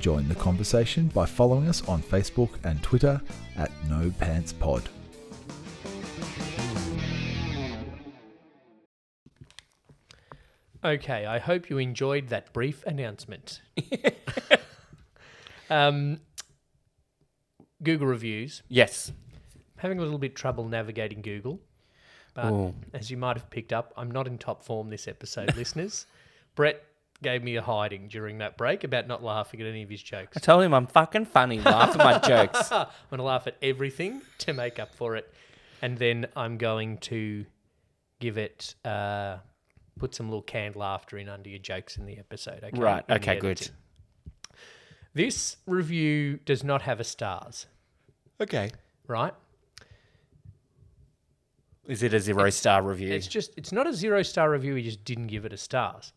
Join the conversation by following us on Facebook and Twitter at No Pants Pod.
Okay, I hope you enjoyed that brief announcement. um, Google reviews.
Yes.
Having a little bit trouble navigating Google. But
Ooh.
as you might have picked up, I'm not in top form this episode, listeners. Brett gave me a hiding during that break about not laughing at any of his jokes.
I told him I'm fucking funny. Laugh at my jokes.
I'm going to laugh at everything to make up for it. And then I'm going to give it, uh, put some little canned laughter in under your jokes in the episode. Okay?
Right.
In the
Okay. Good.
editing. This review does not have a stars,
Okay.
right?
Is it a zero star review?
It's just, it's not a zero star review. He just didn't give it a stars.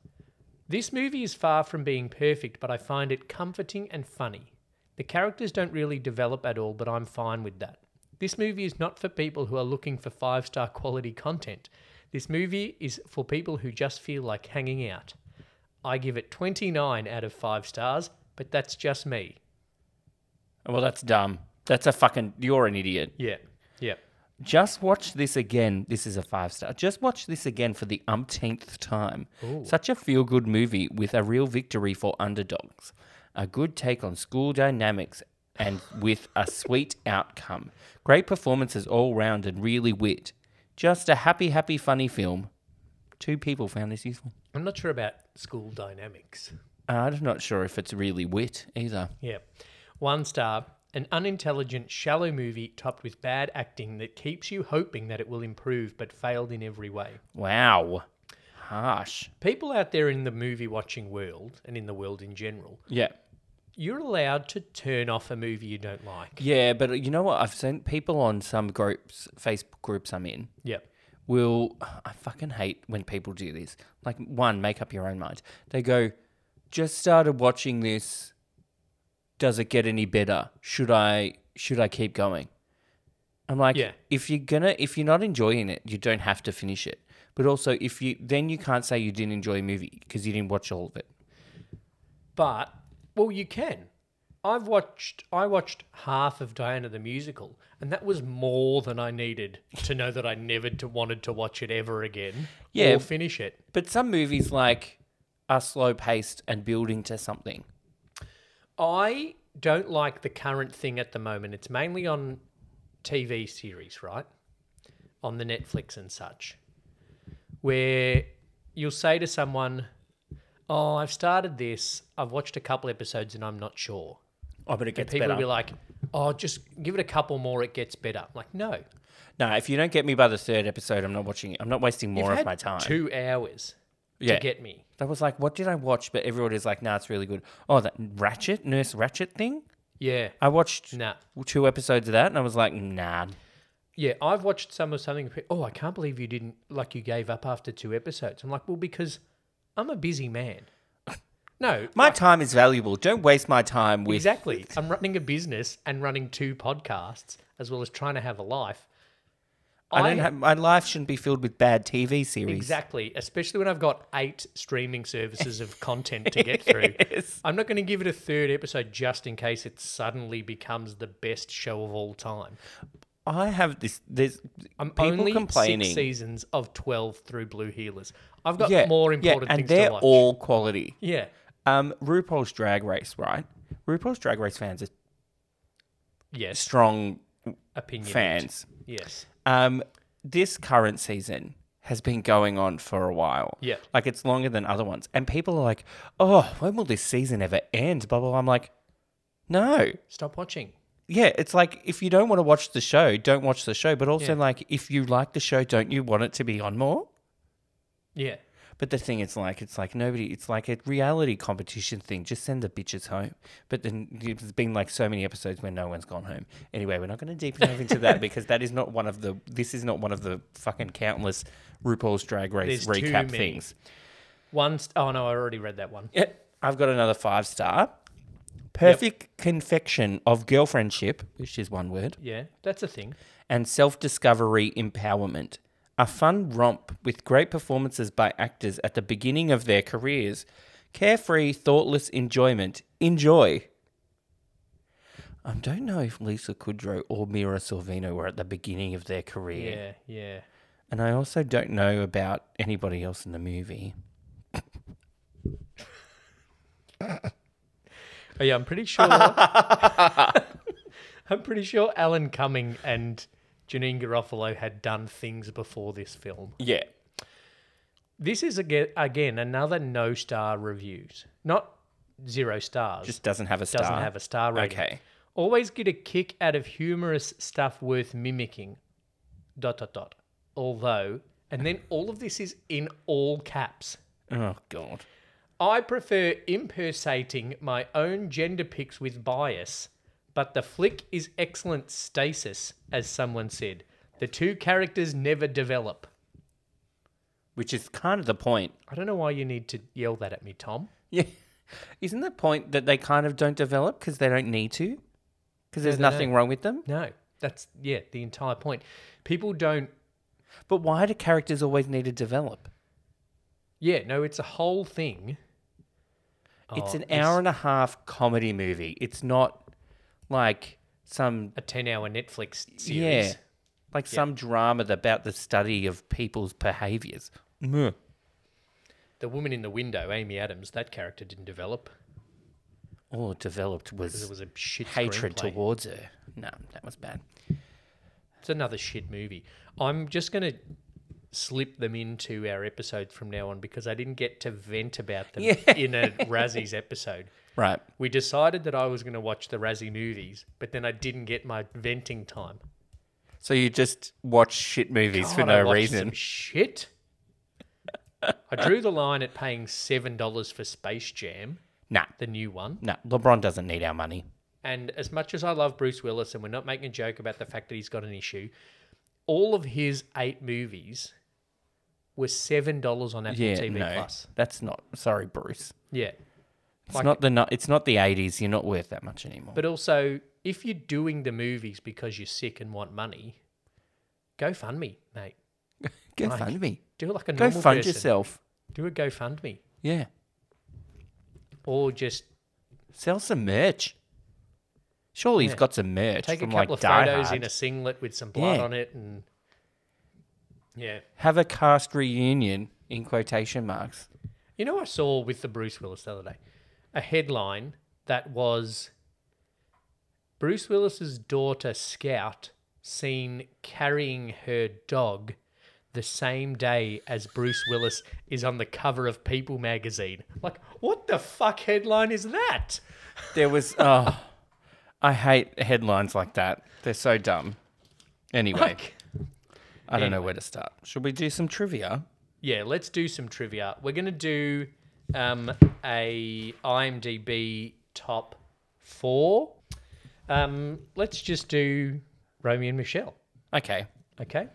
This movie is far from being perfect, but I find it comforting and funny. The characters don't really develop at all, but I'm fine with that. This movie is not for people who are looking for five star quality content. This movie is for people who just feel like hanging out. I give it 29 out of 5 stars, but that's just me.
well, that's dumb. That's a fucking. You're an idiot.
Yeah. Yeah.
Just watch this again. This is a five star. Just watch this again for the umpteenth time. Such a feel good movie with a real victory for underdogs, a good take on school dynamics, and with a sweet outcome. Great performances all round and really wit. Just a happy, happy, funny film. Two people found this useful.
I'm not sure about school dynamics.
I'm not sure if it's really wit either.
Yeah. One star, an unintelligent, shallow movie topped with bad acting that keeps you hoping that it will improve but failed in every way.
Wow. Harsh.
People out there in the movie watching world and in the world in general,
Yeah.
you're allowed to turn off a movie you don't like.
Yeah, but you know what? I've seen people on some groups, Facebook groups I'm in,
Yeah.
will I fucking hate when people do this. Like one, make up your own mind. They go, just started watching this. Does it get any better? Should I should I keep going? I'm like,
Yeah.
if you're gonna if you're not enjoying it, you don't have to finish it. But also if you then you can't say you didn't enjoy a movie because you didn't watch all of it.
But well, you can. I've watched I watched half of Diana the musical, and that was more than I needed to know that I never to, wanted to watch it ever again.
Yeah.
Or finish it.
But some movies like are slow paced and building to something.
I don't like the current thing at the moment. It's mainly on TV series, right? On the Netflix and such, where you'll say to someone, Oh, I've started this. I've watched a couple episodes and I'm not sure.
Oh, but it
And people will be like, Oh, just give it a couple more. It gets better. I'm like, no.
no, if you don't get me by the third episode, I'm not watching it. I'm not wasting more
You've
of
had
my time.
Two hours
Yeah.
to get me.
That was like, what did I watch? But everybody's like, nah, it's really good. Oh, that Ratchet, Nurse Ratchet thing?
Yeah.
I watched
Nah.
two episodes of that and I was like, nah.
Yeah, I've watched some of something. Oh, I can't believe you didn't like you gave up after two episodes. I'm like, well, because I'm a busy man. No,
My time is valuable. Don't waste my time with.
exactly. I'm running a business and running two podcasts as well as trying to have a life.
I don't have, my life shouldn't be filled with bad TV series.
exactly, especially when I've got eight streaming services of content to get through.
Yes.
I'm not going to give it a third episode just in case it suddenly becomes the best show of all time.
I have this. There's
I'm
people
only
complaining.
six seasons of 12 through Blue Healers. I've got
yeah,
more important
yeah, and
things
they're
to watch.
all quality.
Yeah.
Um, RuPaul's Drag Race, right? RuPaul's Drag Race fans are
Yes.
strong
Opinion.
fans.
Yes.
Um, this current season has been going on for a while.
Yeah.
Like it's longer than other ones. And people are like, oh, when will this season ever end? Blah, blah, blah. I'm like, no.
Stop watching.
Yeah. It's like, if you don't want to watch the show, don't watch the show. But also,
Yeah.
like, if you like the show, don't you want it to be on more?
Yeah.
But the thing it's like, it's like nobody, it's like a reality competition thing. Just send the bitches home. But then there's been like so many episodes where no one's gone home. Anyway, we're not going to deep dive into that because that is not one of the, this is not one of the fucking countless RuPaul's Drag Race
There's too
recap
many.
things.
One. St- oh no, I already read that one.
Yeah, I've got another five star. Perfect confection of girlfriendship, which is one word,
Yeah, that's a thing.
and self discovery empowerment. A fun romp with great performances by actors at the beginning of their careers. Carefree, thoughtless enjoyment. Enjoy. I don't know if Lisa Kudrow or Mira Sorvino were at the beginning of their career.
Yeah, yeah.
And I also don't know about anybody else in the movie.
Oh, yeah, I'm pretty sure. I'm pretty sure Alan Cumming and Janine Garofalo had done things before this film.
Yeah.
This is aga again another no star reviews, not zero stars.
Just doesn't have a star.
doesn't have a star rating.
Okay.
Always get a kick out of humorous stuff worth mimicking. Dot dot dot. Although, and then all of this is in all caps.
Oh god.
I prefer impersating my own gender picks with bias, but the flick is excellent stasis, as someone said. The two characters never develop.
Which is kind of the point.
I don't know why you need to yell that at me, Tom.
Yeah. Isn't the point that they kind of don't develop because they don't need to? Because there's
they don't.
nothing wrong with them.
No, that's, yeah, the entire point. People don't,
But why do characters always need to develop?
yeah, no, it's a whole thing.
it's
Oh,
an hour and a half comedy movie. It's not like some
A 10 hour Netflix series.
yeah, like some drama about the study of people's behaviors.
The woman in the window, Amy Adams, that character didn't develop
All Oh, developed
because it
was,
was a shit
hatred
screenplay.
towards her. No, that was bad.
It's another shit movie. I'm just going to slip them into our episode from now on because I didn't get to vent about them in a Razzies episode.
Right.
We decided that I was going to watch the Razzie movies, but then I didn't get my venting time.
So you just watch shit movies for
God, I
no
watched
reason.
some shit. I drew the line at paying $7 for Space Jam,
Nah,
the new one.
nah. LeBron doesn't need our money.
And as much as I love Bruce Willis, and we're not making a joke about the fact that he's got an issue, all of his eight movies were seven dollars on Apple
Yeah,
TV
no,
Plus.
that's not. Sorry, Bruce.
Yeah,
It's
Like-
not the. nu- It's not the eighties. You're not worth that much anymore.
but also if you're doing the movies because you're sick and want money, go fund me, mate.
go
like-
fund me.
Do it like a
Go
normal
fund
person.
yourself.
Do a GoFundMe,
Yeah.
or just
Sell some merch. Surely he's
Yeah.
got some merch
take a
from
couple
like
of
Die
photos
Hard.
in a singlet with some blood
Yeah.
on it, and yeah.
Have a cast reunion in quotation marks.
You know, I saw with the Bruce Willis the other day a headline that was Bruce Willis's daughter Scout seen carrying her dog the same day as Bruce Willis is on the cover of People magazine. Like, what the fuck headline is that?
There was. oh, I hate headlines like that. They're so dumb. Anyway,
Like,
I don't know where to start. Should we do some trivia?
yeah, let's do some trivia. We're gonna do um, a IMDb top four. Um, let's just do Romeo and Michelle.
Okay.
Okay.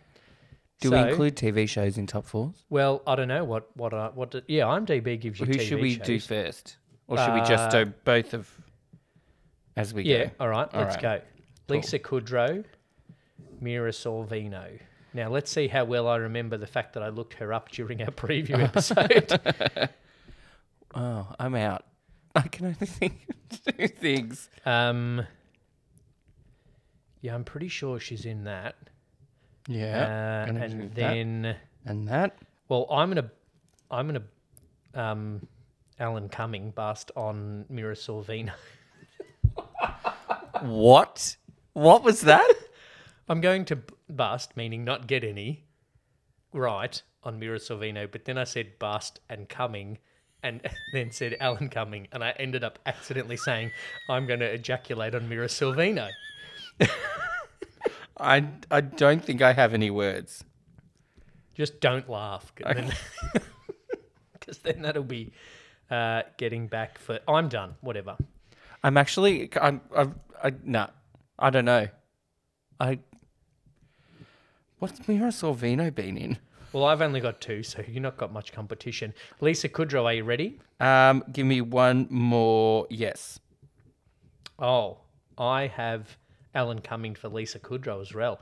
Do
So-
we include TV shows in top fours?
Well, I don't know what what I what. do- yeah, IMDb gives you.
Who
TV
should we do
shows.
first? Or should we just do both of as we
Yeah.
go?
All right.
All
let's
right.
go. Lisa Kudrow, Mira Sorvino. Now let's see how well I remember the fact that I looked her up during our preview episode.
Oh, I'm out. I can only think of two things.
um, yeah, I'm pretty sure she's in that.
Yeah.
uh, and then,
and that.
well, I'm gonna, I'm gonna, um, Alan Cumming bust on Mira Sorvino.
What? What was that?
I'm going to b- bust, meaning not get any, right on Mira Sorvino, but then I said bust and coming, and then said Alan Cumming, and I ended up accidentally saying I'm going to ejaculate on Mira Sorvino.
I I don't think I have any words.
Just don't laugh, because then that'll be uh, getting back for. I'm done. Whatever.
I'm actually I'm I I nah. I don't know. I What's Mira Sorvino been in?
Well, I've only got two, so you've not got much competition. Lisa Kudrow, are you ready?
Um give me one more yes.
Oh, I have Alan Cumming for Lisa Kudrow as well.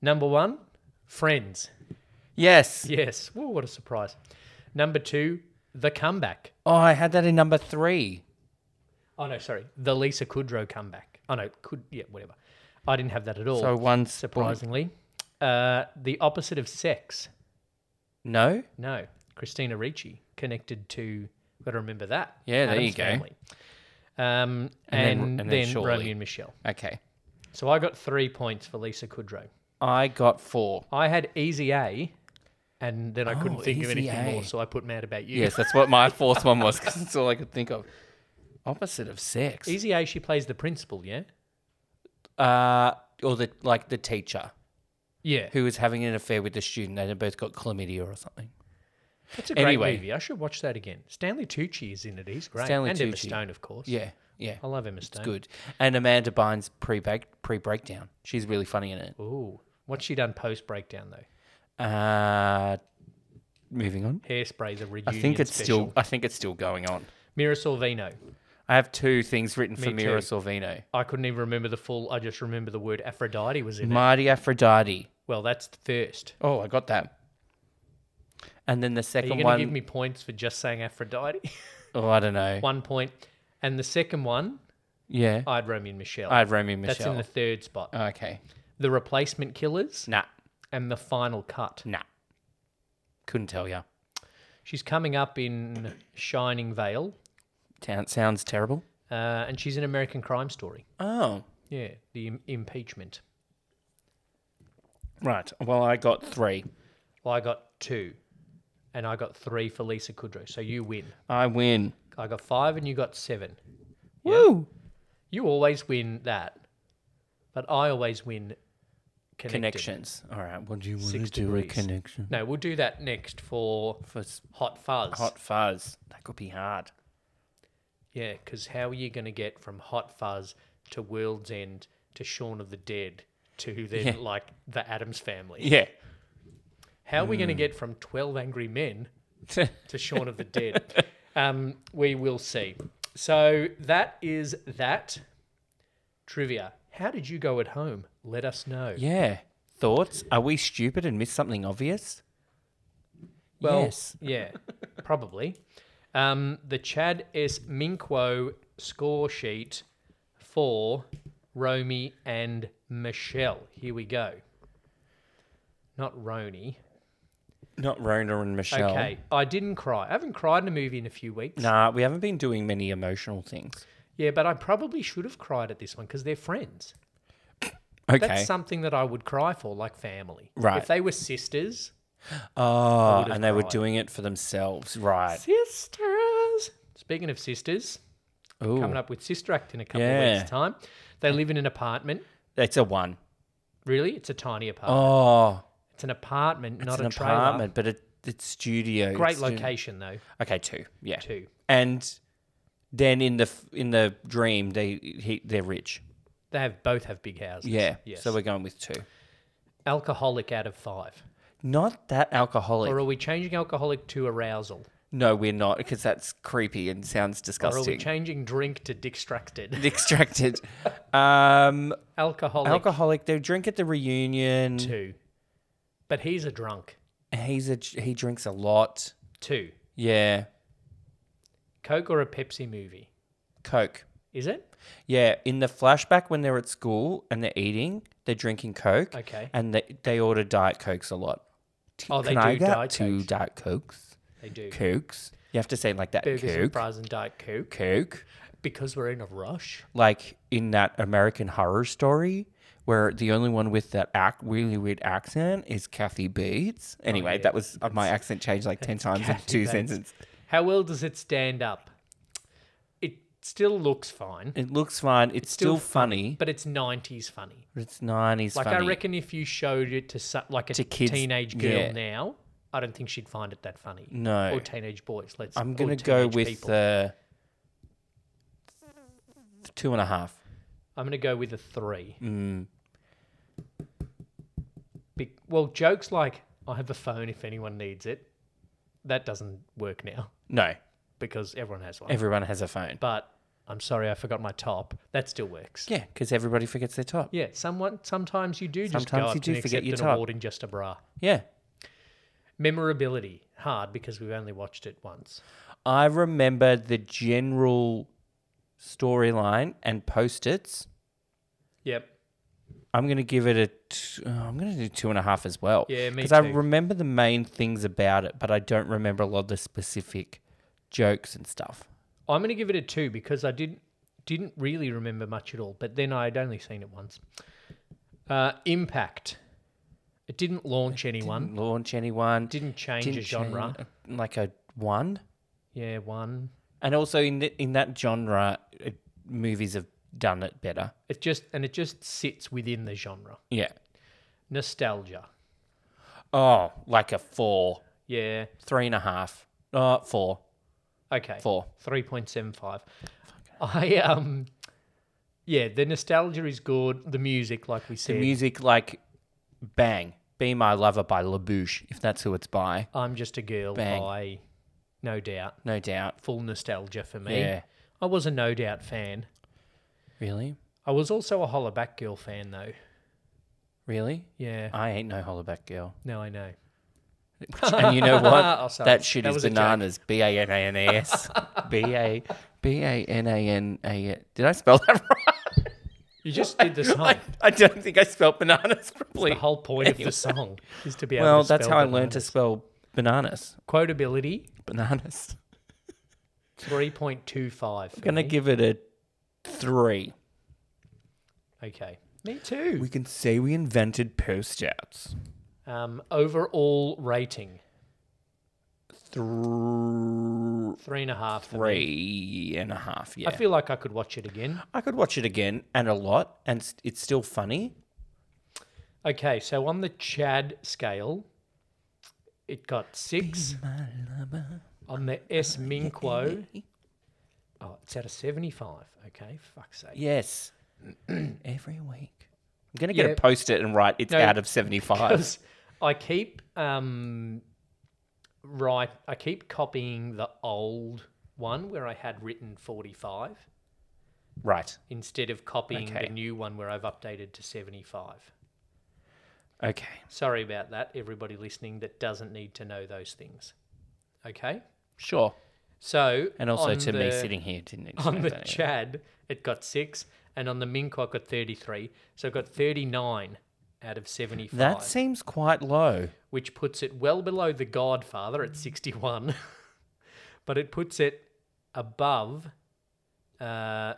Number one, Friends.
Yes.
Yes. Whoa, what a surprise. Number two, The Comeback.
Oh, I had that in number 3.
Oh, no, sorry. The Lisa Kudrow Comeback. Oh, no, could, yeah, whatever. I didn't have that at all.
So one surprise.
surprisingly. Uh, the opposite of sex.
No?
No. Christina Ricci connected to, got to remember that.
Yeah, there you go.
go. Um,
And then-
and,
and then
then,
surely.
Romeo and Michelle.
Okay.
So I got three points for Lisa Kudrow.
I got four.
I had Easy A, and then I couldn't
Oh,
think of
Easy
anything
A.
more, so I put Mad About You.
Yes, that's what my fourth one was because it's all I could think of. Opposite of sex.
Easy A, she plays the principal, yeah?
Uh, or the like the teacher
Yeah.
who was having an affair with the student and they both got chlamydia or something.
That's a great
Anyway.
movie. I should watch that again. Stanley Tucci is in it. He's great.
Stanley
and Emma
Tucci.
Stone, of course.
Yeah, yeah.
I love Emma Stone.
Good. And Amanda Bynes pre pre breakdown. She's really funny in it.
Ooh. What's she done post breakdown, though?
Uh, moving on.
Hairspray's a reunion.
I think it's
special.
still I think it's still going on.
Mira Sorvino.
I have two things written for
Me
Mira
too.
Sorvino.
I couldn't even remember the full. I just remember the word Aphrodite was in it.
Marty Aphrodite.
Well, that's thirst.
Oh, I got that. And then the
Are you
second
going
one
to give me points for just saying Aphrodite?
Oh, I don't know.
One point. And the second one,
Yeah.
I had Romeo and Michelle.
I had Romeo and
That's in
Michelle. Oh,
the third spot.
okay.
the Replacement Killers
Nah.
and The Final Cut.
Nah. Couldn't tell ya.
She's coming up in Shining Vale,
Town sounds terrible.
uh, and she's an American Crime Story.
Oh.
Yeah, the Im- impeachment.
Right. Well, I got three.
Well, I got two, and I got three for Lisa Kudrow. So you win.
I win.
I got five, and you got seven.
Woo!
You always win that, but I always win. Connected.
Connections. All right. What do you want
Six
to do?
degrees.
A connection
No, we'll do that next for
for s-
Hot Fuzz.
hot fuzz. That could be hard.
Yeah, because how are you going to get from Hot Fuzz to World's End to Shaun of the Dead to then
Yeah.
like the Adams Family?
Yeah. Mm.
How are we going to get from 12 Angry Men to Shaun of the Dead? Um, we will see. So that is that trivia. How did you go at home? Let us know.
Yeah. Thoughts? Are we stupid and missed something obvious?
Well,
yes.
yeah, probably. Um, the Chad S. Minkwo score sheet for Romy and Michelle. Here we go. Not Roni.
Not Rona and Michelle.
Okay, I didn't cry. I haven't cried in a movie in a few weeks.
Nah, we haven't been doing many emotional things.
Yeah, but I probably should have cried at this one because they're friends.
Okay.
That's something that I would cry for, like family.
Right.
If they were sisters.
oh,
would've
and they were
cried.
doing it for themselves. Right.
Sisters. Speaking of sisters,
Ooh.
coming up with Sister Act in a couple of
Yeah.
weeks' time. They live in an apartment.
That's a one.
Really? It's a tiny apartment.
Oh,
It's an apartment,
it's
not
an
a trailer.
apartment, but it, it's studio.
Great
It's uh, stu-
location, though,
Okay, two. Yeah.
too.
And then in the f- in the dream, they he, they're rich.
They have both have big houses.
Yeah.
Yes.
So we're going with two.
alcoholic out of five.
Not that alcoholic.
Or are we changing alcoholic to arousal?
no, we're not, because that's creepy and sounds
Or are we
disgusting.
changing drink to distracted?
Extracted. um,
Alcoholic
alcoholic. They drink at the reunion.
two. But he's a drunk.
He's a he drinks a lot.
Two.
Yeah.
Coke or a Pepsi movie?
Coke.
Is it?
Yeah, in the flashback when they're at school and they're eating, they're drinking Coke.
Okay.
And they, they order Diet Cokes a lot. T-
Oh, they
Can I
do
get
Diet
two
Cokes.
Diet Cokes?
They do.
Cokes? You have to say it like that.
Burgers and
Coke.
fries and Diet Coke.
Coke.
Because we're in a rush.
Like in that American horror story where the only one with that act really weird accent is Kathy Bates. Anyway, that was uh, my accent changed like 10 times in
Oh, Kathy
two
Bates.
sentences.
How well does it stand up? It still looks fine,
It looks fine. It's,
still
still, funny,
but it's 90s funny.
but it's 90s
Like
funny.
I reckon if you showed it to so- like a
To kids,
teenage girl
yeah.
now, I don't think she'd find it that funny.
No.
Or teenage boys, let's
I'm
or
gonna go
teenage
with
people.
uh, two and a half.
I'm going to go with a 3.
Mm.
Be- well, jokes like I have a phone if anyone needs it. That doesn't work now
No,
because everyone has one.
everyone has a phone.
but I'm sorry I forgot my top. That still works.
Yeah, because everybody forgets their top.
Yeah, someone sometimes you do just go
Sometimes
up
you do
and
forget
accept
your
an
top.
award in just a bra.
Yeah,
Memorability hard because we've only watched it once.
I remember the general storyline and post-its.
Yep.
I'm gonna give it a. T- oh, I'm gonna do two and a half as well.
Yeah, me
I
too.
remember the main things about it, but I don't remember a lot of the specific jokes and stuff.
I'm going to give it a two because I didn't didn't really remember much at all. But then I'd only seen it once. Uh, impact. It didn't launch anyone.
Didn't launch anyone.
Didn't change a genre.
change- uh, like a one.
Yeah, one.
And also in th in that genre, it, movies have done it better.
It just and it just sits within the genre.
Yeah.
Nostalgia.
Oh, like a four,
Yeah.
three and a half, uh, four,
Okay.
four.
Three point seven five. I um. Yeah, the nostalgia is good. The music, like we
The
said,
music like Bang, Be My Lover by LaBouche, if that's who it's by,
I'm just a girl
Bang.
by, no doubt,
no doubt.
full nostalgia for me.
Yeah.
I was a no doubt fan.
Really?
I was also a Hollaback Girl fan though.
Really?
Yeah.
I ain't no hollaback girl.
no, I know.
and you know
Oh,
what?
sorry.
that shit
That
is
was a joke.
bananas. B A N A N A S. B A B A N A N A. Did I spell that right?
You just did the song.
I, I don't think I spelled bananas
the
properly.
whole point of the song is to be able
Well,
to
that's
spell
how I
the
learned to
numbers.
spell bananas.
quotability
Bananas.
3.25 for
Gonna
me.
give it a three.
okay me too
We can say we invented post outs.
um overall rating
Three
three and a half for me.
three and a half. Yeah,
i feel like i could watch it again
I could watch it again and a lot, and s- it's still funny.
okay so on the chad scale it got six on the s minquo oh it's out of 75 okay fuck's sake
Yes. Every week. I'm going to get
Yeah.
a post it and write it's
No,
out of 75.
because I keep um, right. I keep copying the old one where I had written forty-five
Right.
instead of copying
Okay.
the new one where I've updated to seventy-five.
Okay.
Sorry about that, everybody listening that doesn't need to know those things. Okay,
Sure.
so
And also
on
to
the-
me sitting here didn't need to
on
know
the
that anyway.
Chad, it got six, and on the Mink, I got thirty-three. So I got thirty-nine out of seventy-five.
That seems quite low.
which puts it well below The Godfather at 61, but it puts it above, uh,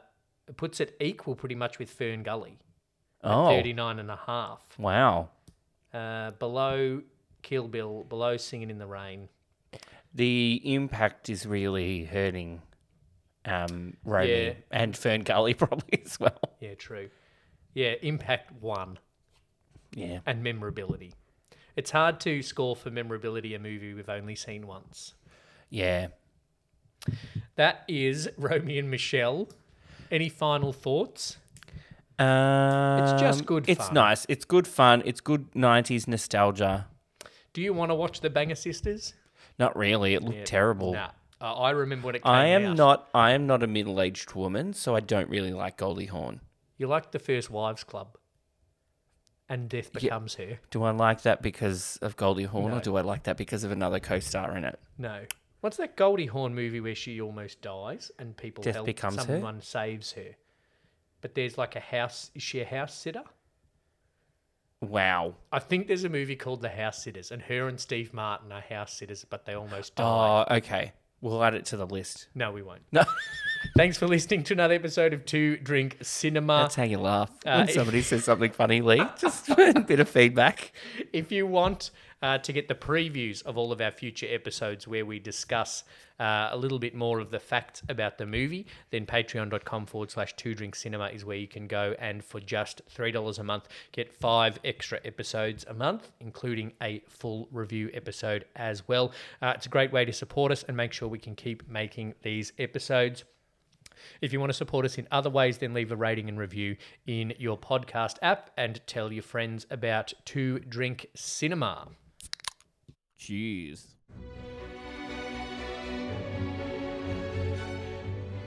it puts it equal pretty much with Fern Gully at
Oh.
39 and a half.
Wow.
Uh, below Kill Bill, below Singing in the Rain.
The impact is really hurting um, Romy
Yeah.
and Fern Gully probably as well.
Yeah, true. Yeah, Impact 1
Yeah.
and memorability. It's hard to score for memorability a movie we've only seen once.
Yeah.
That is Romy and Michelle. Any final thoughts?
Um,
just good
It's
fun.
nice. It's good fun. It's good 90s nostalgia.
Do you want to watch the Banger Sisters?
Not really. It looked terrible.
Nah, uh, I remember when it came
I am
out.
not. I am not a middle-aged woman, so I don't really like Goldie Hawn.
You liked the first Wives Club, and Death Becomes Her.
Do I like that because of Goldie Hawn, or do I like that because of another co-star in it?
No, what's that Goldie Hawn movie where she almost dies and people
Death
help?
Becomes Her?
someone saves her, but there's like a house. Is she a house sitter?
Wow.
I think there's a movie called The House Sitters, and her and Steve Martin are house sitters, but they almost die.
Oh, okay. We'll add it to the list.
no, we won't.
No,
Thanks for listening to another episode of Two Drink Cinema.
that's how you laugh
Uh,
when somebody says something funny, Lee. Just a bit of feedback.
if you want uh, to get the previews of all of our future episodes where we discuss uh, a little bit more of the facts about the movie, then patreon.com forward slash two drink cinema is where you can go and for just $3 a month, get five extra episodes a month, including a full review episode as well. Uh, it's a great way to support us and make sure we can keep making these episodes. If you want to support us in other ways, then leave a rating and review in your podcast app and tell your friends about Two Drink Cinema.
Jeez.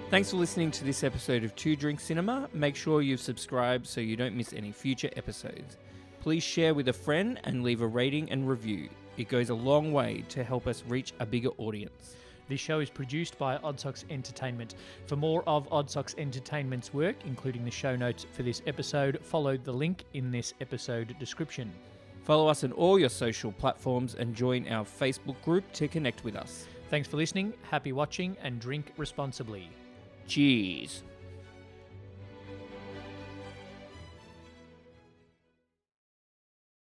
Thanks for listening to this episode of Two Drink Cinema. Make sure you've subscribed so you don't miss any future episodes. Please share with a friend and leave a rating and review. It goes a long way to help us reach a bigger audience.
This show is produced by Oddsox Entertainment. For more of Oddsox Entertainment's work, including the show notes for this episode, follow the link in this episode description.
Follow us on all your social platforms and join our Facebook group to connect with us.
Thanks for listening, happy watching, and drink responsibly.
Cheers.